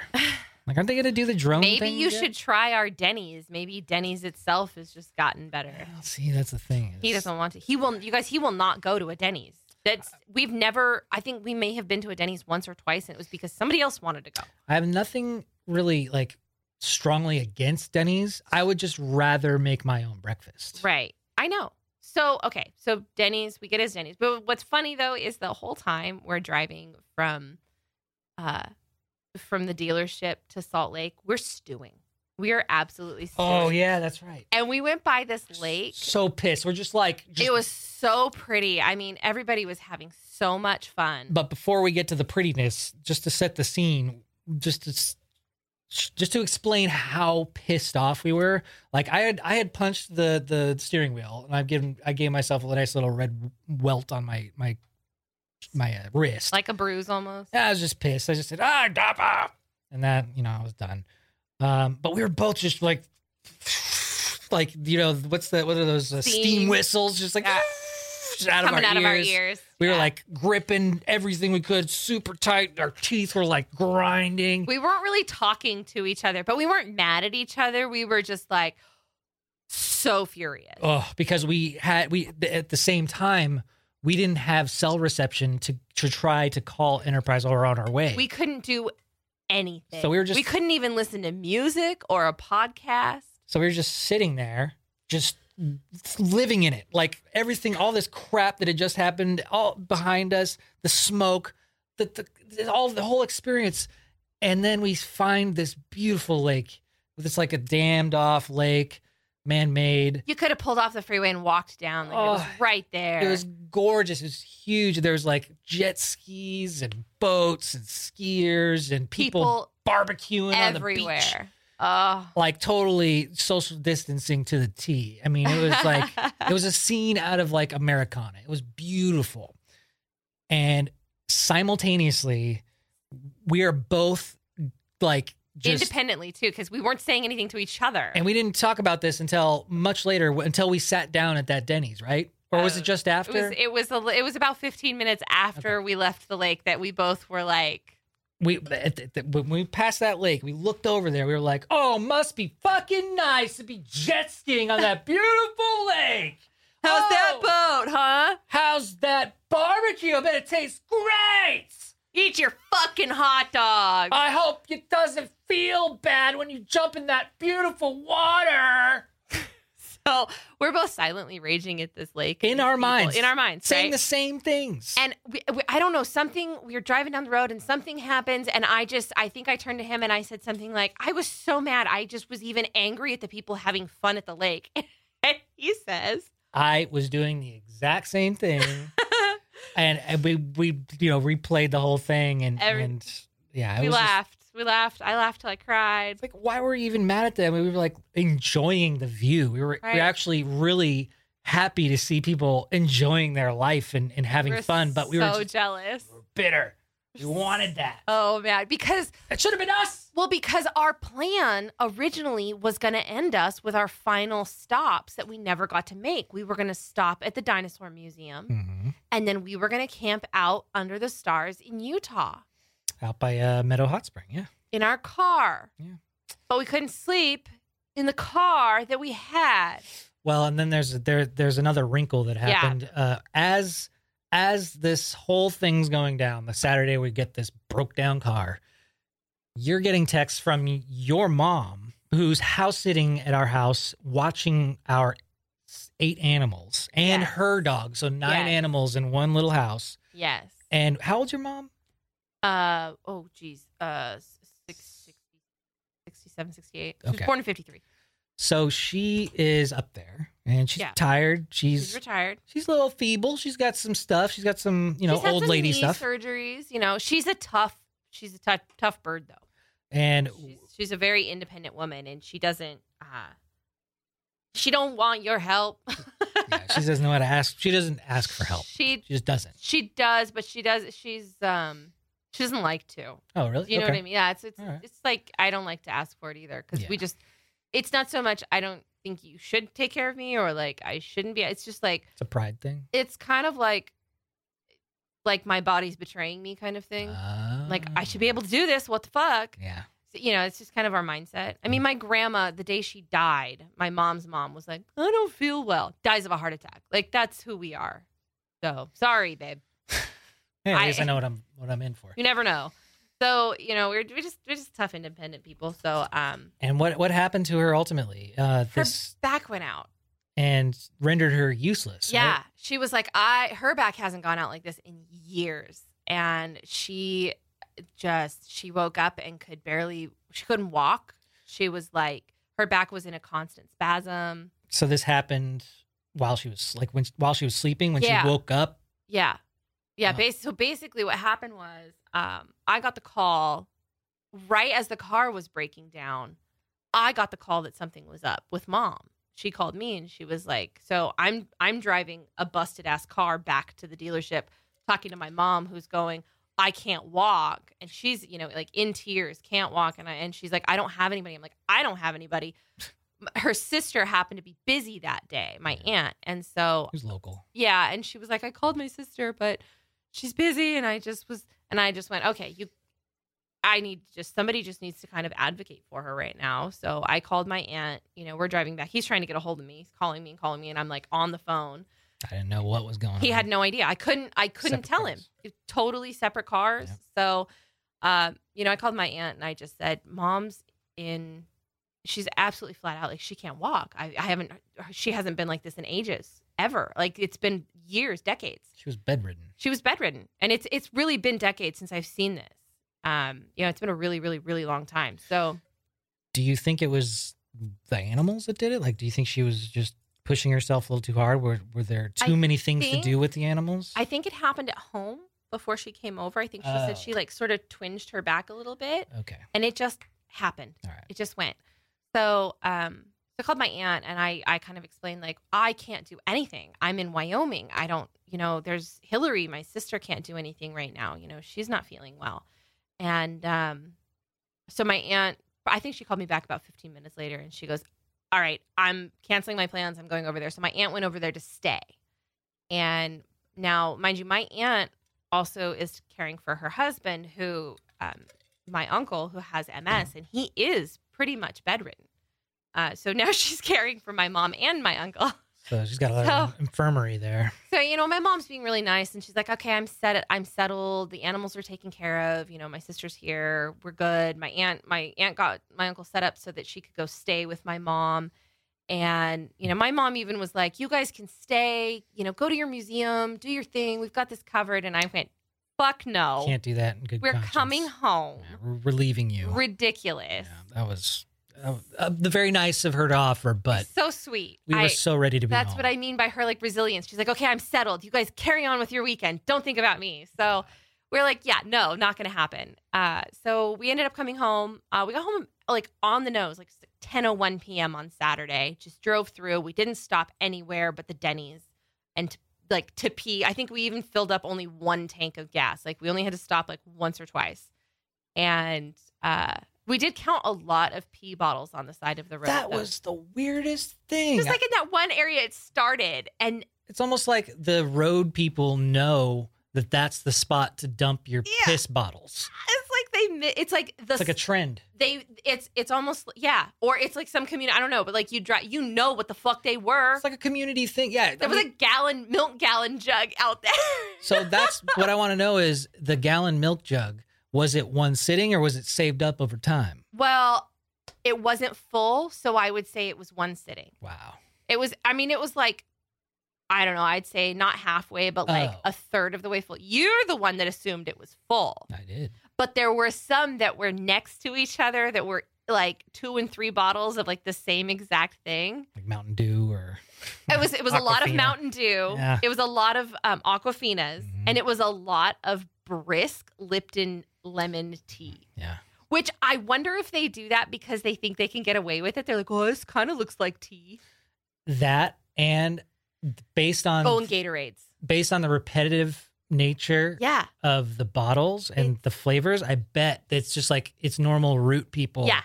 Like, aren't they gonna do the drone?
Maybe
thing
you
yet?
should try our Denny's. Maybe Denny's itself has just gotten better.
Well, See, that's the thing.
He
is-
doesn't want to. He will. You guys. He will not go to a Denny's. That's we've never. I think we may have been to a Denny's once or twice, and it was because somebody else wanted to go.
I have nothing really like strongly against Denny's. I would just rather make my own breakfast.
Right. I know. So, okay. So, Denny's, we get his Denny's. But what's funny though is the whole time we're driving from uh from the dealership to Salt Lake, we're stewing. We are absolutely stewing.
Oh yeah, that's right.
And we went by this lake.
So pissed. We're just like just-
It was so pretty. I mean, everybody was having so much fun.
But before we get to the prettiness, just to set the scene, just to s- just to explain how pissed off we were. Like I had I had punched the the steering wheel, and I've given I gave myself a nice little red welt on my my my uh, wrist.
like a bruise
*laughs*
almost.
I was just pissed. I just said, ah, drop off. And that, you know, I was done. Um, but we were both just like, like, you know, what's the, what are those uh, steam.
Steam.
whistles? Just like, "Ah,"
Yeah.
just out, of
Coming
our
out
ears.
of our ears.
We were
Yeah.
like gripping everything we could super tight. Our teeth were like grinding.
we weren't really talking to each other, but we weren't mad at each other. We were just like so furious.
oh, because we had, we, th- at the same time, we didn't have cell reception to, to try to call Enterprise or on our way.
We couldn't do anything.
So we were just-
we couldn't even listen to music or a podcast.
So we were just sitting there, just living in it. Like everything, all this crap that had just happened, all behind us, the smoke, the, the, the all the whole experience. And then we find this beautiful lake. It's like a dammed off lake, man made.
You could have pulled off the freeway and walked down. Like, it was
Oh,
right there.
It was gorgeous. It was huge. There was like jet skis and boats and skiers and people,
people,
barbecuing on the beach.
everywhere. Oh,
Like totally social distancing to the T. I mean, it was
*laughs*
like it was a scene out of like Americana. It was beautiful. And simultaneously, we are both like just
independently too, because we weren't saying anything to each other.
and we didn't talk about this until much later until we sat down at that Denny's, right? Or was
Uh,
it just
it
after?
was it was a, it was about 15 minutes after we left the lake that we both were like,
we at the- the- when we passed that lake, we looked over there. We were like, "Oh, must be fucking nice to be jet skiing on that beautiful lake."
"How's that
Oh,
boat, huh?
How's that barbecue? I bet it tastes great.
Eat your fucking hot dog."
I hope it doesn't feel bad when you jump in that beautiful water.
So we're both silently raging at this lake
In
these
our
people-
minds.
In our minds,
Saying
right?
the same things.
And we, we, I don't know something. We were driving down the road and something happens, and I just I think I turned to him and I said something like, "I was so mad. I just was even angry at the people having fun at the lake." *laughs* And he says,
I was doing the exact same
*laughs*
thing. and, and we, we, you know, replayed the whole thing. And,
Every-
and yeah, it
"We
was just-
laughed. we laughed. I laughed till I cried."
it's like, why were we even mad at them? We were like enjoying the view. We were, we
Right.
were actually really happy to see people enjoying their life and, and having
We're
fun, but we
so
were just
jealous.
bitter. We wanted that.
Oh man, because
It should have been us.
Well, because our plan originally was going to end us with our final stops that we never got to make. We were going to stop at the Dinosaur Museum
Mm-hmm.
and then we were going to camp out under the stars in Utah
Out by uh, Meadow Hot Spring, yeah.
in our car.
Yeah.
But we couldn't sleep in the car that we had.
Well, and then there's there there's another wrinkle that
Yeah.
happened uh, as as this whole thing's going down. The Saturday we get this broke down car. You're getting texts from your mom who's house sitting at our house watching our eight animals and
Yes.
her dog, so nine
Yes.
animals in one little house.
Yes.
And how old's your mom?
Uh oh geez. Uh 660 67 68. She was
Okay.
born in 53.
So she is up there and she's
Yeah.
tired.
She's
She's
retired.
she's a little feeble. She's got some stuff. She's got some, you know,
She's had
old
some
lady
knee
stuff.
surgeries, you know. She's a tough she's a tough tough bird though.
And
she's, she's a very independent woman and she doesn't uh she don't want your help
yeah, she doesn't know how to ask. She doesn't ask for help.
*laughs* she
She just doesn't.
she does but she does she's um she doesn't like to you
Oh, really?
know what i mean yeah it's it's,
All right.
it's like i don't like to ask for it either because we
Yeah.
just it's not so much i don't think you should take care of me or like i shouldn't be it's just like
It's a pride thing.
it's kind of like like my body's betraying me kind of thing like i should be able to do this what the fuck
Ah. Yeah.
So, you know, it's just kind of our mindset. I mean, my grandma, the day she died, my mom's mom was like, I don't feel well, dies of a heart attack. Like, that's who we are. So, sorry, babe.
Anyways, I,
I-
know what I'm what I'm in for.
You never know. So you know, we're, we're just we're just tough independent people. So um,
And what what happened to her ultimately? Uh,
her
this
back went out.
and rendered her useless. right?
Yeah, she was like, I her back hasn't gone out like this in years, and she just she woke up and could barely she couldn't walk. She was like her back was in a constant spasm.
So this happened while she was like when while she was sleeping when
Yeah.
she woke up.
Yeah. Yeah.
Wow.
Bas- so basically, what happened was um, I got the call right as the car was breaking down. I got the call that something was up with mom. She called me and she was like, "So I'm I'm driving a busted ass car back to the dealership, talking to my mom who's going, I can't walk, and she's you know like in tears, can't walk, and I and she's like, I don't have anybody. I'm like, I don't have anybody. Her sister happened to be busy that day, my aunt, and so
Who's local?
yeah and she was like i called my sister but she's busy and i just was and i just went okay you i need just somebody just needs to kind of advocate for her right now so i called my aunt you know we're driving back he's trying to get a hold of me he's calling me and calling me and i'm like on the phone
I didn't know what was going on.
he had no idea i couldn't i
Separate
couldn't tell
cars.
him totally separate cars
Yeah.
so um, you know i called my aunt and i just said mom's in she's absolutely flat out like she can't walk i, I haven't she hasn't been like this in ages ever like it's been years decades
She was bedridden.
she was bedridden and it's it's really been decades since i've seen this um you know it's been a really really really long time so
Do you think it was the animals that did it? Like, do you think she was just pushing herself a little too hard? Were Were there too
I
many things to
think-
do with the animals?
i think it happened at home before she came over i think she
Oh.
said she like sort of twinged her back a little bit
okay,
and it just happened
all right.
it just went so um so i called my aunt and i i kind of explained like i can't do anything i'm in wyoming i don't you know there's hillary my sister can't do anything right now you know she's not feeling well and um so my aunt i think she called me back about 15 minutes later and she goes all right i'm canceling my plans i'm going over there so my aunt went over there to stay and now mind you my aunt also is caring for her husband who um, my uncle who has MS, and he is pretty much bedridden. Uh, so now *laughs* she's caring for my mom and my uncle.
So she's got a lot of infirmary there.
So you know, my mom's being really nice, and she's like, "Okay, I'm set. I'm settled. The animals are taken care of. You know, my sister's here. We're good." My aunt, my aunt got my uncle set up so that she could go stay with my mom, and you know, my mom even was like, "You guys can stay. You know, go to your museum, do your thing. We've got this covered." And I went, "Fuck no.
Can't do that in good.
We're
conscience.
coming home.
Yeah, we're relieving you.
Ridiculous."
Yeah, that was uh, uh, the very nice of her to offer, but
so sweet.
we were
I-
so ready to be.
that's
home.
what I mean by her like resilience. She's like, okay, I'm settled. You guys carry on with your weekend. Don't think about me. So we're like, yeah, no, not going to happen. Uh, so we ended up coming home. Uh, we got home like on the nose, like 10:01 p.m. on Saturday. Just drove through. We didn't stop anywhere but the Denny's and t- like to pee. I think we even filled up only one tank of gas. Like we only had to stop like once or twice, and uh, we did count a lot of pee bottles on the side of the road.
That
though.
was the weirdest thing.
Just like in that one area it started, and
it's almost like the road people know that that's the spot to dump your
Yeah.
piss bottles.
it's like they. mi- It's like the.
It's like a trend.
they. It's it's almost yeah, or it's like some community. I don't know, but like you drive, you know what the fuck they were.
It's like a community thing. Yeah. I
there was
mean,
a gallon milk gallon jug out there. *laughs*
so that's what I want to know is the gallon milk jug. Was it one sitting or was it saved up over time?
well, it wasn't full, so I would say it was one sitting.
Wow.
It was. I mean, it was like. I don't know. I'd say not halfway, but like
Oh.
a third of the way full. You're the one that assumed it was full.
I did.
but there were some that were next to each other that were like two and three bottles of like the same exact thing.
Like Mountain Dew or
It was it was a lot of
Aquafina.
Mountain Dew.
Yeah.
It was a lot of um, Aquafinas,
Mhm.
and it was a lot of Brisk Lipton lemon tea.
Yeah.
Which I wonder if they do that because they think they can get away with it. They're like, oh, this kind of looks like tea.
that and based on
Oh, and Gatorades.
based on the repetitive nature
Yeah.
of the bottles and the flavors, I bet it's just like it's normal root people
Yeah.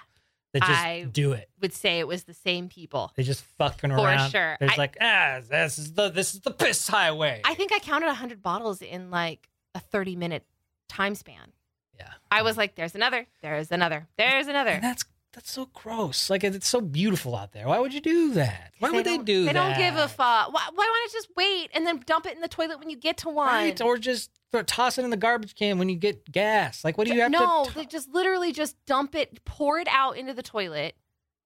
that just
I-
do it.
Would say it was the same people.
They just fucking
For
around.
sure.
There's
I-
like, ah, this is the this is the piss highway.
I think I counted 100 bottles in like a 30 minute time span.
yeah.
I was like, there's another, there's another, there's another.
And that's that's so gross. Like it's so beautiful out there. Why would you do that? Why would they
don't-
do that?
They don't give a fuck. Why, why not just wait and then dump it in the toilet when you get to one?
Right, or just throw- toss it in the garbage can when you get gas. Like, what do you have
no,
to?
they just literally just dump it, pour it out into the toilet,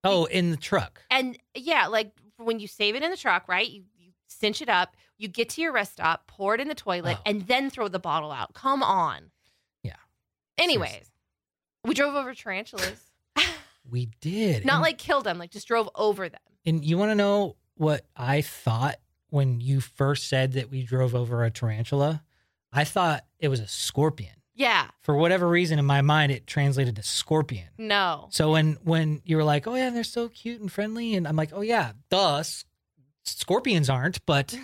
oh, in the truck.
and yeah, like when you save it in the truck, right? You, you cinch it up, you get to your rest stop, pour it in the toilet,
Oh.
and then throw the bottle out. Come on.
Yeah.
Anyways,
Seriously.
we drove
*laughs*
over tarantulas.
We did.
Not
And-
like killed them, like just drove over them.
And you want to know what I thought when you first said that we drove over a tarantula? I thought it was a scorpion.
Yeah.
For whatever reason, in my mind, it translated to scorpion. *laughs*
No.
So when when you were like, "Oh yeah, they're so cute and friendly," and I'm like, "Oh yeah, thus scorpions aren't,
*laughs*
but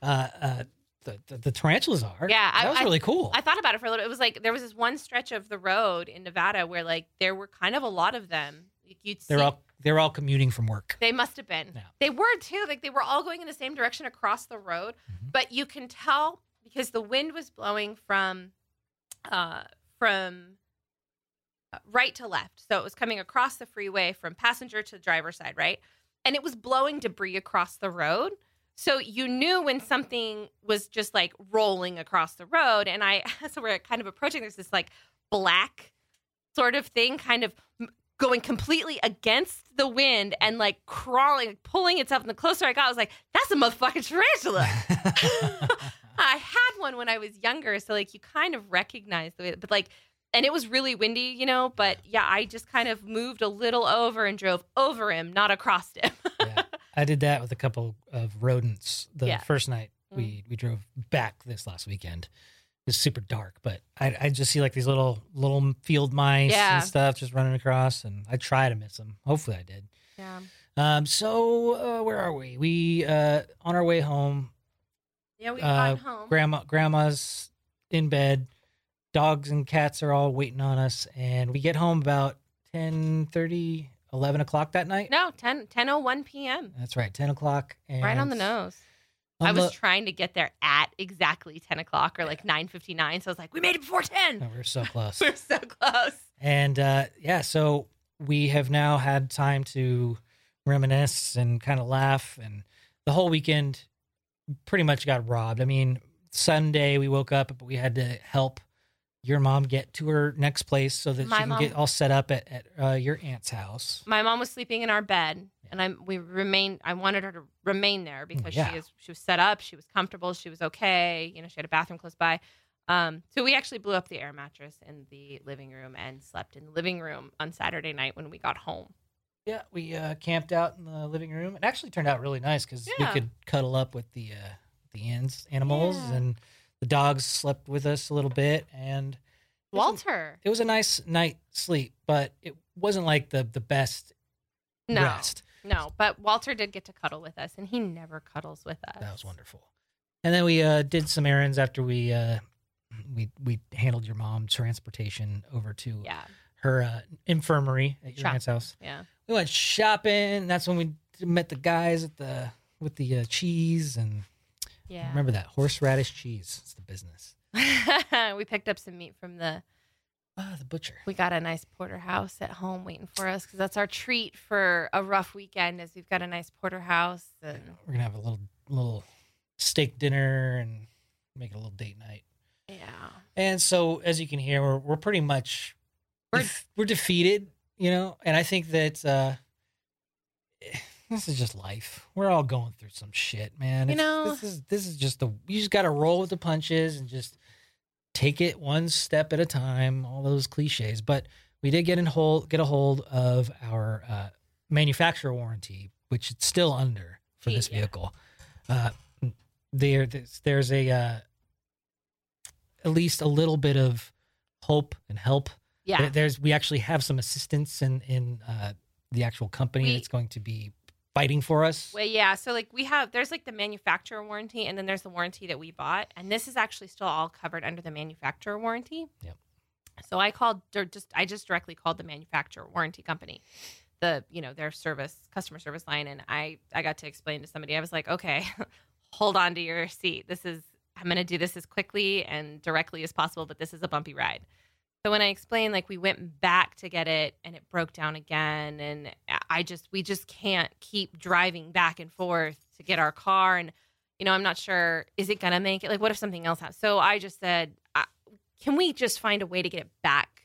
uh, uh, the, the the tarantulas are."
Yeah, I-
that was
I-
really cool.
I thought about it for a little. It was like there was this one stretch of the road in Nevada where like there were kind of a lot of them. Like, You'd see,
they're all they're all commuting from
*laughs*
work.
they must have been.
Yeah.
They were too. Like they were all going in the same direction across the road,
Mhm.
but you can tell because the wind was blowing from, uh, from uh, right to left. So it was coming across the freeway from passenger to driver's side, right? And it was blowing debris across the road. So you knew when something was just like rolling across the road. And I, *laughs* so we're kind of approaching, there's this like black sort of thing kind of m- going completely against the wind and like crawling, pulling itself. And the closer I got, I was like, that's a motherfucking tarantula. I had one when I was younger, so like you kind of recognize the way, but like, and it was really windy, you know. But yeah, I just kind of moved a little over and drove over him, not across him.
*laughs*
*laughs*
yeah. I did that with a couple of rodents the
Yeah. Mm-hmm.
first night we we drove back this last weekend. It's super dark, but I, I just see like these little little field mice
Yeah.
and stuff just running across, and I try to miss them. Hopefully, I did.
Yeah,
Um, so uh, where are we? We uh, on our way home.
yeah, we've
Uh,
gone home.
Grandma, grandma's in bed. Dogs and cats are all waiting on us, and we get home about 10, 11 o'clock that night.
no, 10, 10.01 p.m.
That's right, ten o'clock. And
Right on the nose. I was trying to get there at exactly ten o'clock or like nine fifty nine. So I was like, we made it before ten. *laughs*
No, Oh, we're so close.
We're so close.
And uh, yeah, so we have now had time to reminisce and kind of laugh. And the whole weekend pretty much got robbed. I mean, Sunday we woke up, but we had to help your mom get to her next place so that
My
she can
mom-
get all set up at, at uh, your aunt's house.
my mom was sleeping in our bed and I we remained I wanted her to remain there because
Mm, yeah.
she is she was set up, she was comfortable, she was okay, you know, she had a bathroom close by. Um, so we actually blew up the air mattress in the living room and slept in the living room on Saturday night when we got home.
Yeah, we uh, camped out in the living room. It actually turned out really nice because we
Yeah.
could cuddle up with the uh, the ants, animals,
Yeah.
and the dogs slept with us a little bit. And it was a-
Walter.
it was a nice night sleep, but it wasn't like the the best
No.
rest.
No, but Walter did get to cuddle with us and he never cuddles with us.
That was wonderful. And then we uh, did some errands after we uh, we we handled your mom's transportation over to
Yeah.
her uh, infirmary at your
Shop.
aunt's house.
Yeah.
We went shopping. That's when we met the guys at the with the uh, cheese and
Yeah.
remember that horseradish cheese. It's the business.
*laughs* we picked up some meat from the
Ah, the butcher.
We got a nice porterhouse at home waiting for us because that's our treat for a rough weekend. Is we've got a nice porterhouse and
We're gonna have a little little steak dinner and make it a little date night.
yeah,
And so, as you can hear, we're, we're pretty much we're,
We're-
we're defeated, you know. And I think that uh, *sighs* this is just life. We're all going through some shit, man.
You
It's-
know-
this is this is just the you just got to roll with the punches and just take it one step at a time. All those cliches, but we did get in hold get a hold of our uh, manufacturer warranty, which it's still under for this
Yeah.
vehicle. Uh, there there's, there's a uh, at least a little bit of hope and help.
yeah.
There- There's we actually have some assistance in in uh, the actual company
We-
that's going to be fighting for us.
Well, yeah. So like we have there's like the manufacturer warranty and then there's the warranty that we bought, and this is actually still all covered under the manufacturer warranty.
Yep.
So I called dir- just I just directly called the manufacturer warranty company, the you know their service customer service line, and I I got to explain to somebody I was like, okay, *laughs* hold on to your seat. This is I'm going to do this as quickly and directly as possible, but this is a bumpy ride. So when I explained, like we went back to get it and it broke down again, and I just we just can't keep driving back and forth to get our car, and you know I'm not sure is it gonna make it. Like what if something else happens? So I just said, I- can we just find a way to get it back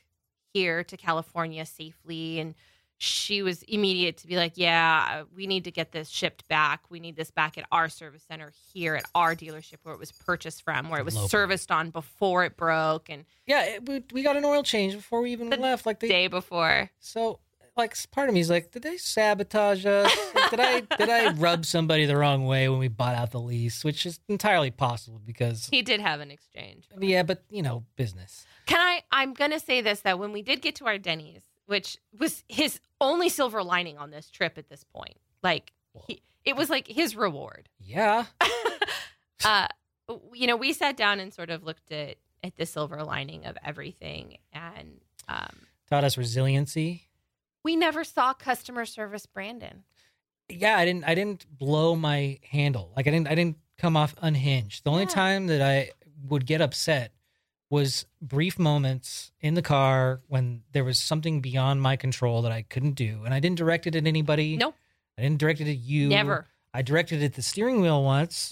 here to California safely? And she was immediate to be like, yeah, uh, we need to get this shipped back. We need this back at our service center here at our dealership where it was purchased from, where it was
Local.
serviced on before it broke, and
Yeah, it, we, we got an oil change before we even
The
left. Like
the
they,
day before.
so like part of me is like, did they sabotage us? Like, did I did
*laughs*
I rub somebody the wrong way when we bought out the lease? Which is entirely possible because
*laughs* He did have an exchange.
yeah, but you know, business.
Can I? I'm gonna say this though. When we did get to our Denny's, which was his only silver lining on this trip at this point, like he, it was like his *laughs* reward.
Yeah,
uh, you know, we sat down and sort of looked at at the silver lining of everything, and um,
taught us resiliency.
we never saw customer service Brandon.
yeah i didn't i didn't blow my handle like i didn't i didn't come off unhinged the only
Yeah.
time that i would get upset was brief moments in the car when there was something beyond my control that i couldn't do and i didn't direct it at anybody
Nope.
i didn't direct it at you
never.
i directed it at the steering wheel
*laughs*
once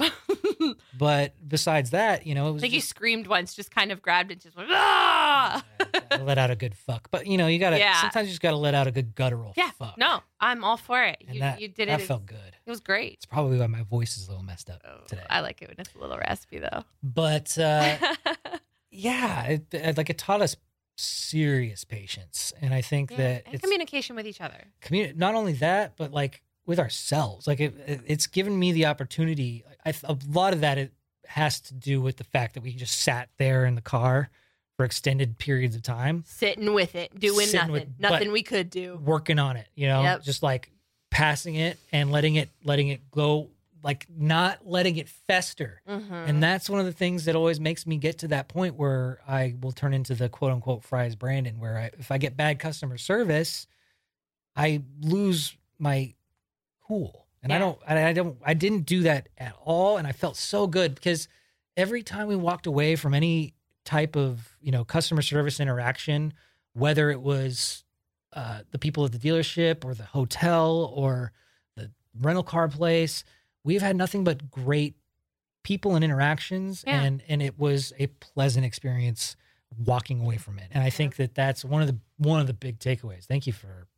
but besides that you know it
I
was
think you
just,
screamed once, just kind of grabbed it, just went, ah. *laughs*
I *laughs* let out a good fuck but you know you gotta
Yeah.
sometimes you just gotta let out a good guttural
Yeah,
fuck
No, I'm all for it.
and
you,
that,
you
that
did it. Oh. as-
felt good
It was great.
it's probably why my voice is a little messed up today
I like it when it's a little raspy though.
but
*laughs*
uh yeah, it, it- like it taught us serious patience, and I think
Yeah,
that
and
it's
communication with each other.
communi- not only that, but like with ourselves, like it, it- it's given me the opportunity. I, a lot of that it has to do with the fact that we just sat there in the car for extended periods of time,
Sitting with it, doing
Sitting
nothing.
with- but-
nothing we could do.
working on it. You know,
Yep.
just like passing it and letting it, letting it go, like not letting it fester.
Mm-hmm.
And that's one of the things that always makes me get to that point where I will turn into the quote unquote fries Brandon, where I, if I get bad customer service, I lose my cool. And I
Yeah.
don't, I, I don't, I didn't do that at all. And I felt so good because every time we walked away from any type of, you know, customer service interaction, whether it was uh, the people at the dealership or the hotel or the rental car place, we've had nothing but great people and interactions
Yeah.
and and it was a pleasant experience walking away from it and i think that that's one of the one of the big takeaways thank you for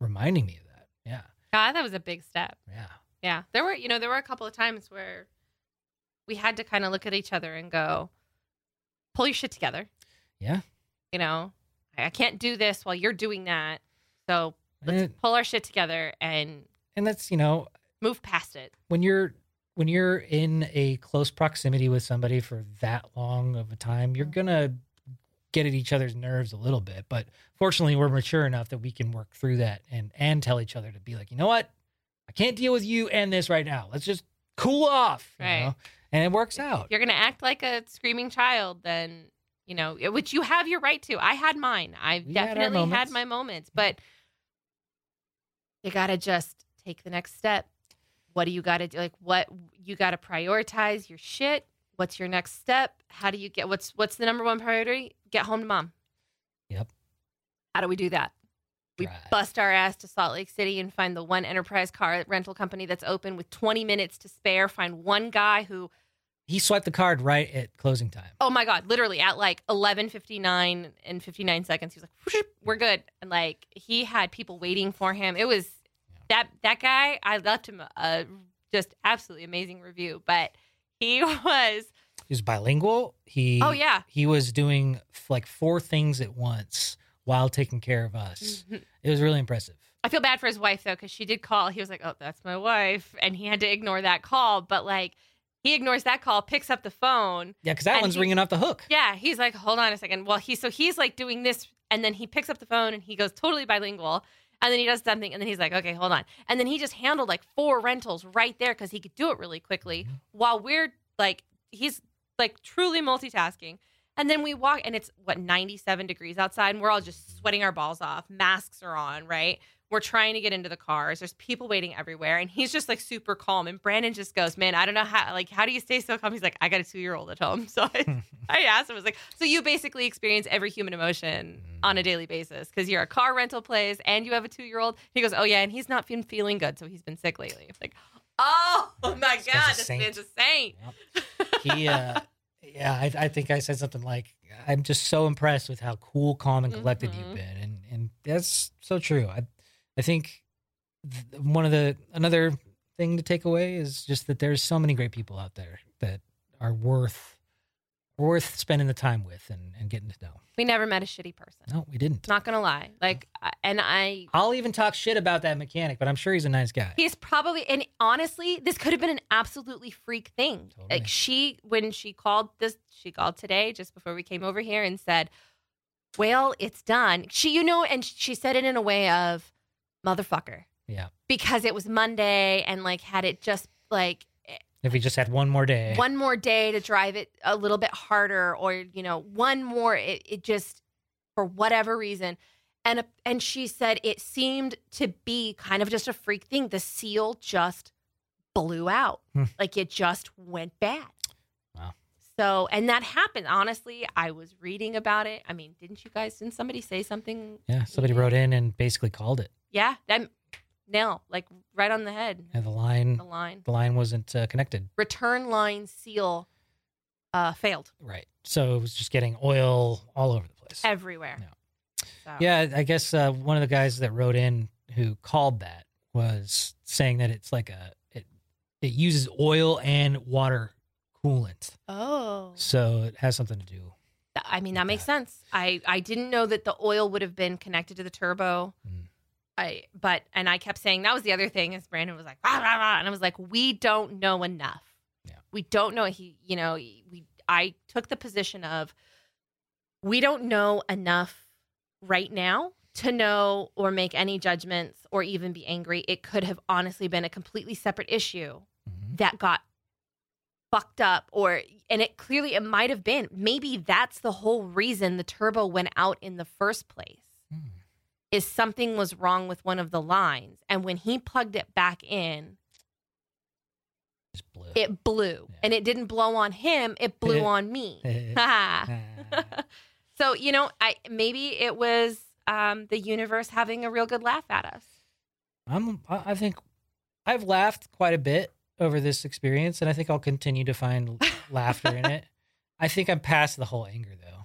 reminding me of that yeah
God, that was a big step.
yeah
Yeah. There were, you know, there were a couple of times where we had to kind of look at each other and go, pull your shit together.
Yeah.
You know, I I can't do this while you're doing that. So let's
and,
pull our shit together and
and that's you know
move past it.
when you're when you're in a close proximity with somebody for that long of a time you're
Mhm.
gonna get at each other's nerves a little bit but fortunately we're mature enough that we can work through that and and tell each other to be like you know what i can't deal with you and this right now let's just cool off you
Right.
know? and it works out
If you're going to act like a screaming child, then, you know, it- which you have your right to. I had mine. I've
We had our
definitely had,
moments.
my moments, but you got to just take the next step. What do you got to do? Like, what you got to prioritize your shit. What's your next step? How do you get what's what's the number one priority? Get home to mom.
Yep.
How do we do that? We
Drive.
bust our ass to Salt Lake City and find the one enterprise car rental company that's open with 20 minutes to spare. Find one guy who
he swiped the card right at closing time.
oh my god literally at like 11.59 and 59 seconds he was like "Whoosh, we're good and like he had people waiting for him it was that that guy i left him a just absolutely amazing review but he *laughs* was
He was bilingual. He
oh yeah
he was doing f- like four things at once while taking care of
Mm.
us. It was really impressive.
i feel bad for his wife though because she did call he was like oh that's my wife and he had to ignore that call but like he ignores that call picks up the phone
Yeah, because that
And
one's
he-
ringing off the hook.
Yeah, he's like, hold on a second. Well, he so he's like doing this, and then he picks up the phone and he goes totally bilingual, and then he does something, and then he's like, okay, hold on, and then he just handled like four rentals right there because he could do it really quickly
Mhm.
while we're like, he's like truly multitasking. And then we walk, and it's what 97 degrees outside, and we're all just sweating our balls off. Masks are on, right? We're trying to get into the cars. There's people waiting everywhere, and he's just like super calm. And Brandon just goes, "Man, I don't know how. Like, how do you stay so calm?" He's like, "I got a two year old at home." *laughs* So I, I asked him, I was like, "So you basically experience every human emotion on a daily basis because you're a car rental place and you have a two year old." He goes, "Oh yeah, and he's not been feeling good, so he's been sick lately." It's like, oh *laughs* my
This guy's a
god, this
saint.
man's a saint.
he uh yeah I, I think i said something like i'm just so impressed with how cool calm and collected
Mhm.
you've been and and that's so true i i think th- one of the another thing to take away is just that there's so many great people out there that are worth worth spending the time with and, and getting to know
We never met a shitty person.
no we didn't
Not gonna lie, like, I- and I
i'll even talk shit about that mechanic but i'm sure he's a nice guy
He's probably, and honestly, this could have been an absolutely freak thing.
Totally.
Like she, when she called this, she called today just before we came over here and said, "Well, it's done." She, you know, and she said it in a way of, "Motherfucker."
Yeah.
Because it was Monday, and like had it just like
if we just had one more day
one more day to drive it a little bit harder or you know one more it, it just for whatever reason and a, and she said it seemed to be kind of just a freak thing the seal just blew out
Hmm.
like it just went bad
Wow.
so and that happened honestly i was reading about it i mean didn't you guys didn't somebody say something
yeah somebody wrote
Mm-hmm.
in and basically called it
yeah that nail like right on the head
and the line
the line
the line wasn't uh, connected
return line seal uh failed
Right. So it was just getting oil all over the place.
everywhere So.
Yeah, I guess uh, one of the guys that wrote in who called that was saying that it's like a it, it uses oil and water coolant,
Oh.
so it has something to do.
I mean,
Like
that makes
that.
sense. I I didn't know that the oil would have been connected to the turbo.
Mm.
I but and I kept saying that was the other thing is Brandon was like rah, rah, rah, and I was like we don't know enough.
Yeah.
We don't know he you know we I took the position of we don't know enough right now to know or make any judgments or even be angry. It could have honestly been a completely separate issue
Mhm.
that got fucked up or and it clearly it might have been maybe that's the whole reason the turbo went out in the first place
Hmm.
is something was wrong with one of the lines and when he plugged it back in
Just blew.
it blew
Yeah.
and it didn't blow on him it blew
*laughs* Yeah.
on me
Yeah.
Ha.
Ah.
*laughs* so you know i maybe it was um the universe having a real good laugh at us
I'm. I I think I've laughed quite a bit over this experience, and I think I'll continue to find laughter in it. I think I'm past the whole anger, though.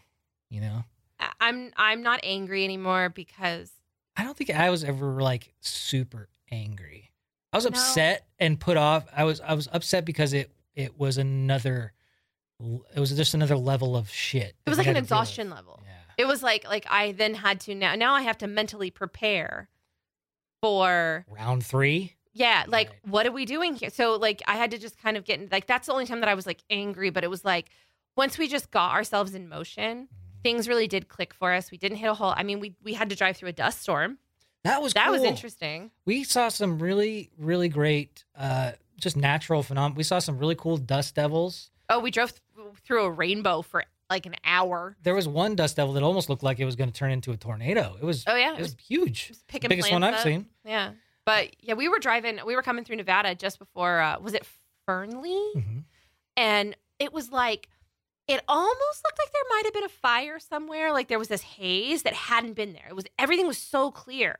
You know.
I- i'm i'm not angry anymore because
I don't think I was ever like super angry. I was
No.
upset and put off. I was I was upset because it it was another it was just another level of shit.
it
that
was
we
like an
had to deal with.
exhaustion level
Yeah.
it was like like i then had to now now i have to mentally prepare for
Round 3.
yeah like
Right.
what are we doing here so like i had to just kind of get in like that's the only time that i was like angry but it was like once we just got ourselves in motion
Mm-hmm.
things really did click for us we didn't hit a hole i mean we we had to drive through a dust storm
That was
that was
cool.
interesting
We saw some really really great uh just natural phenomena. We saw some really cool dust devils.
oh we drove th- through a rainbow for like an hour
There was one dust devil that almost looked like it was going to turn into a tornado. It was
oh yeah
it was huge.
just picking
Biggest one
plants
I've
up.
seen.
yeah but yeah we were driving we were coming through nevada just before uh was it fernley
Mhm.
and it was like it almost looked like there might have been a fire somewhere like there was this haze that hadn't been there it was everything was so clear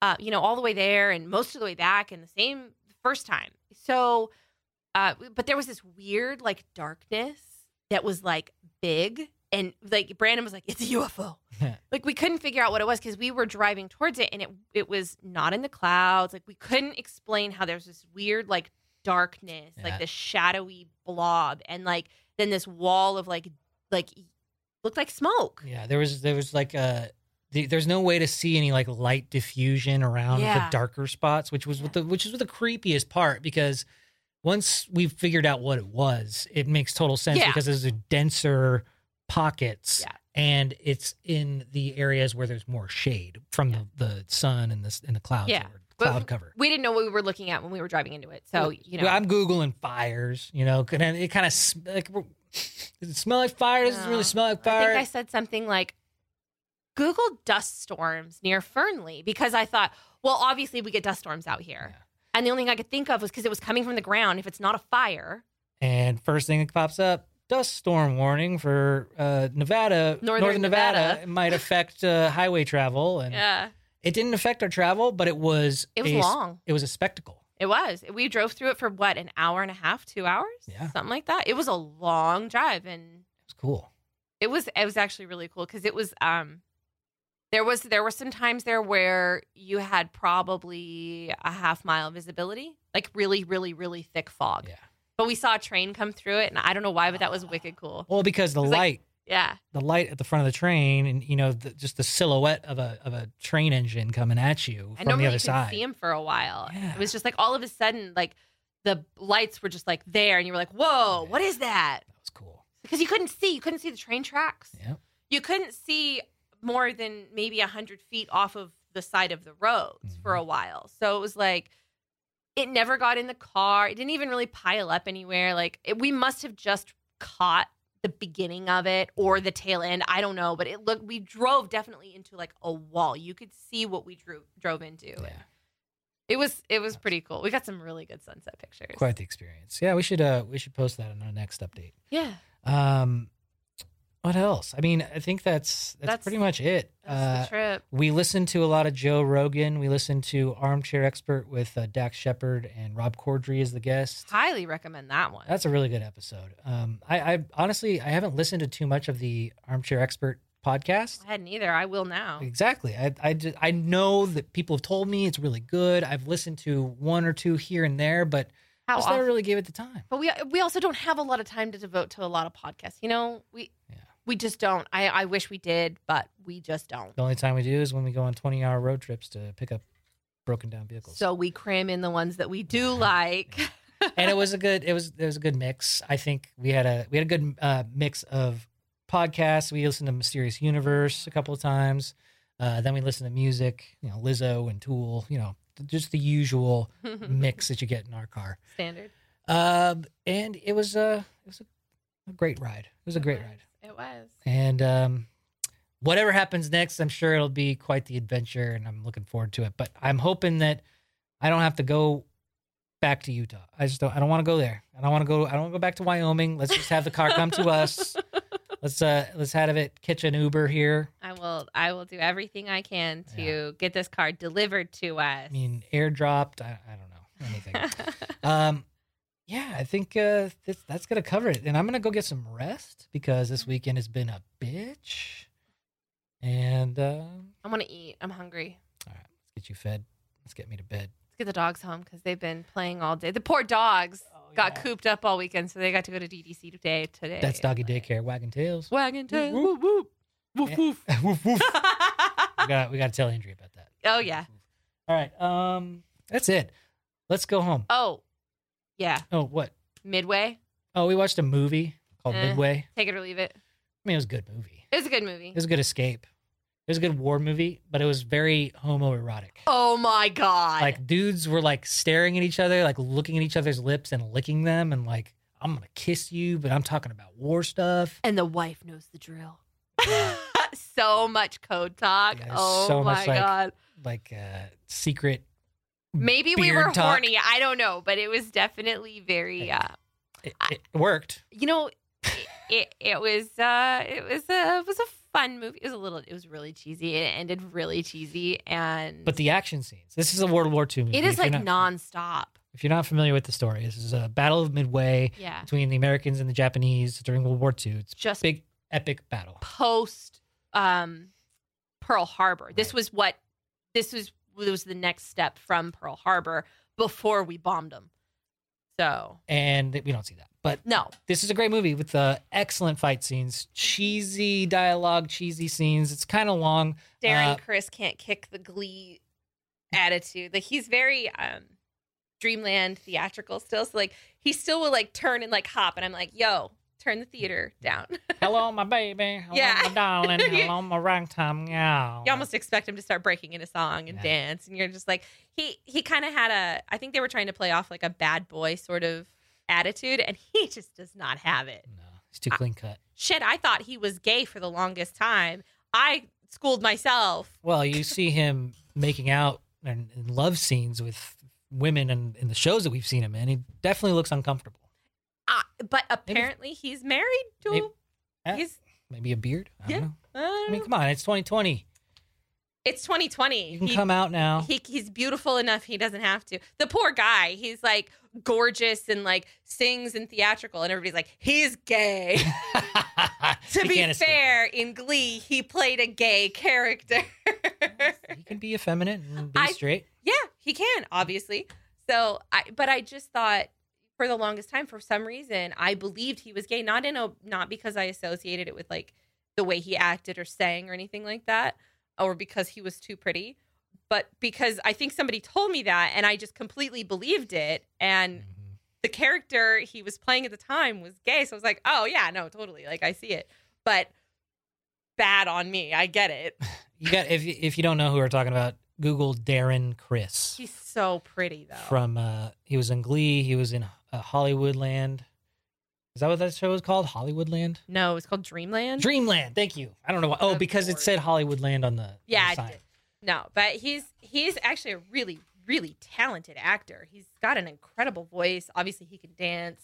uh, you know all the way there and most of the way back and the same first time so uh, but there was this weird like darkness that was like big and like brandon was like it's a ufo
*laughs*
like we couldn't figure out what it was because we were driving towards it and it it was not in the clouds like we couldn't explain how there's this weird like darkness
Yeah.
like this shadowy blob and like then this wall of like like looked like smoke
Yeah, there was there was like a the, there's no way to see any like light diffusion around
Yeah.
the darker spots, which was with the which is the creepiest part because once we figured out what it was, it makes total sense
Yeah.
because there's a denser pockets
Yeah.
and it's in the areas where there's more shade from
Yeah.
the, the sun and the s- and the clouds
Yeah.
or
But
cloud cover.
we didn't know what we were looking at when we were driving into it so you know
Well, I'm googling fires, you know, and it kind of sm- like does it smell like fire? Does it
No.
really smell like
I
fire?
think I said something like Google dust storms near Fernley because I thought, Well, obviously we get dust storms out here.
Yeah.
And the only thing I could think of was because it was coming from the ground. If it's not a fire,
And first thing that pops up, dust storm warning for uh, Nevada,
Northern
Nevada.
Nevada.
It *laughs* might affect uh, highway travel, and
yeah,
it didn't affect our travel, but it was
it was
a,
long.
It was a spectacle.
It was. We drove through it for what an hour and a half, two hours,
Yeah.
something like that. It was a long drive, and
It was cool.
it was it was actually really cool because it was um there was there were some times there where you had probably a half mile visibility like really really really thick fog
Yeah.
but we saw a train come through it and i don't know why but that was wicked cool
Well, because the
It was like-
light,
yeah
the light at the front of the train, and you know, the, just the silhouette of a of a train engine coming at you
and
from
normally
the
you
other
could
side.
see him for a while
Yeah.
it was just like all of a sudden like the lights were just like there and you were like whoa what is that
That was cool.
because you couldn't see you couldn't see the train tracks
Yeah.
you couldn't see more than maybe 100 feet off of the side of the roads
Mm-hmm.
for a while so it was like it never got in the car it didn't even really pile up anywhere like it, we must have just caught the beginning of it or the tail end i don't know but it looked we drove definitely into like a wall you could see what we drew, drove into
Yeah.
it was it was pretty cool we got some really good sunset pictures
Quite the experience. Yeah, we should uh we should post that in our next update.
yeah
Um, what else? I mean, I think that's that's,
That's-
pretty much it.
that's
Uh,
the trip
we listened to a lot of Joe Rogan. We listened to Armchair Expert with uh, Dax Shepard and Rob Corddry as the guest.
highly recommend that one
That's a really good episode. Um, I, I honestly I haven't listened to too much of the Armchair Expert podcast.
i hadn't either i will now
Exactly. I I, just, I know that people have told me it's really good. I've listened to one or two here and there, but I
how
just
often
never really gave it the time.
But we we also don't have a lot of time to devote to a lot of podcasts. You know, we
Yeah.
we just don't. I, I wish we did, but we just don't.
The only time we do is when we go on twenty hour road trips to pick up broken down vehicles.
So we cram in the ones that we do
*laughs* Yeah.
like.
Yeah. and it was a good it was it was a good mix. I think we had a we had a good uh, mix of podcasts. We listened to Mysterious Universe a couple of times. Uh, then we listened to music, you know, Lizzo and Tool, you know, just the usual mix that you get in our car.
*laughs* Standard.
Um, and it was a it was a, a great ride. It was a great ride.
It was.
And um, whatever happens next, I'm sure it'll be quite the adventure, and I'm looking forward to it. But I'm hoping that I don't have to go back to Utah. I just don't. I don't want to go there. I don't want to go. I don't want to go back to Wyoming. Let's just have the car come to us. Let's uh, let's have it catch an Uber here.
I will I will do everything I can to get this car delivered to
I
us. *laughs*
mean, airdropped. I, I don't know anything. um, yeah, I think uh, this, that's gonna cover it, and I'm gonna go get some rest because this weekend has been a bitch. And um,
I want to eat. I'm hungry.
All right, let's get you fed. Let's get me to bed.
Let's get the dogs home because they've been playing all day. The poor dogs
Oh,
got cooped up all weekend, so they got to go to DDC today. Today.
That's doggy daycare, wagging tails.
Wagon tail.
Woof,
Whoop
Yeah.
whoop.
*laughs* woof,
Woof
woof. We
woof.
got we got to tell Andrea about that.
oh yeah.
All right. Um, that's it. Let's go home.
Oh, yeah.
Oh, what?
Midway.
Oh, we watched a movie called
Eh.
Midway.
Take it or leave it.
I mean, it was a good movie.
It was a good movie.
It was a good escape. It was a good war movie, but it was very homoerotic.
Oh my god.
Like dudes were like staring at each other, like looking at each other's lips and licking them, and like I'm gonna kiss you, but I'm talking about war stuff.
and the wife knows the drill.
Yeah.
*laughs* so much code talk.
Yeah, there's
oh
so
my
much, like,
god.
Like uh, secret
Maybe we
beard
were
talk.
horny. I don't know, but it was definitely very.
Yeah.
Uh,
It,
I-
it worked.
you know, it, it it was uh it was a it was a fun movie. It was a little. It was really cheesy. It ended really cheesy, and
But the action scenes. This is a World War II movie.
it is
If you're
like
not-
nonstop.
If you're not familiar with the story, this is a battle of Midway
Yeah,
between the Americans and the Japanese during World War II. It's
just
a big, epic battle.
post um, Pearl Harbor. This
Right.
was what this was this was the next step from Pearl Harbor before we bombed them. So
And we don't see that. But
no,
this is a great movie with uh, excellent fight scenes, cheesy dialogue, cheesy scenes. It's kind of
*laughs*
long.
Darren
Uh,
Chris can't kick the glee attitude. Like he's very um, Dreamland theatrical still. So like he still will like turn and like hop, and I'm like, yo, turn the theater down.
Hello, my baby. Hello,
*laughs* Yeah.
my darling. Hello, my ragtime gal.
you almost expect him to start breaking into song and
Yeah.
dance and you're just like he he kind of had a i think they were trying to play off like a bad boy sort of attitude and *laughs* he just does not have it
No, it's too clean cut.
shit i thought he was gay for the longest time i schooled myself
Well, you see him making out and, and love scenes with women and in the shows that we've seen him in, he definitely looks uncomfortable.
Ah, but apparently he's married to.
Maybe- Ah.
he's.
Maybe a beard. I don't
Yeah.
know.
I don't
I mean,
know.
come on, it's 2020.
it's 2020.
You can
He-
come out now. *laughs*
he he's beautiful enough he doesn't have to the poor guy he's like gorgeous and like sings and theatrical and everybody's like he's gay to
He
be
can't escape.
fair in glee he played a gay character *laughs*
he can be effeminate and be
I-
straight.
yeah he can obviously so i but i just thought for the longest time for some reason i believed he was gay not in a not because i associated it with like the way he acted or sang or anything like that or because he was too pretty but because i think somebody told me that and i just completely believed it and
Mhm.
the character he was playing at the time was gay so i was like oh yeah no totally like i see it but bad on me i get it
You got if if you don't know who we're talking about, Google Darren Chris
he's so pretty though
from uh he was in Glee, he was in uh, Hollywoodland. Is that what that show was called? Hollywoodland,
no it's called dreamland
Dreamland. Thank you. I don't know why. Oh,
Of
because it
course.
said Hollywoodland on the on the
Yeah, it
sign.
did. No, but he's he's actually a really really talented actor. He's got an incredible voice. Obviously, he can dance.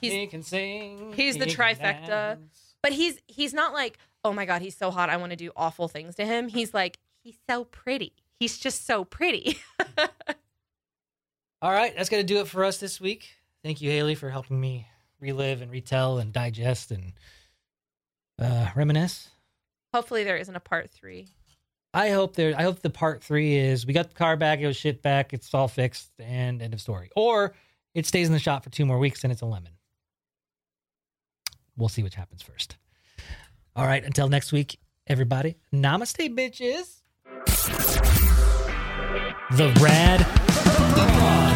He's
he can sing.
he's the
he can
trifecta.
dance.
but he's he's not like oh my god he's so hot I want to do awful things to him. He's like he's so pretty. He's just so pretty. *laughs*
All right, that's gonna do it for us this week. Thank you, Haley, for helping me relive and retell and digest and uh, reminisce.
Hopefully, there isn't a part three.
I hope there. I hope the part three is we got the car back. It was shit back. It's all fixed and end of story. Or it stays in the shop for two more weeks and it's a lemon. We'll see which happens first. All right. Until next week, everybody. Namaste, bitches. The rad.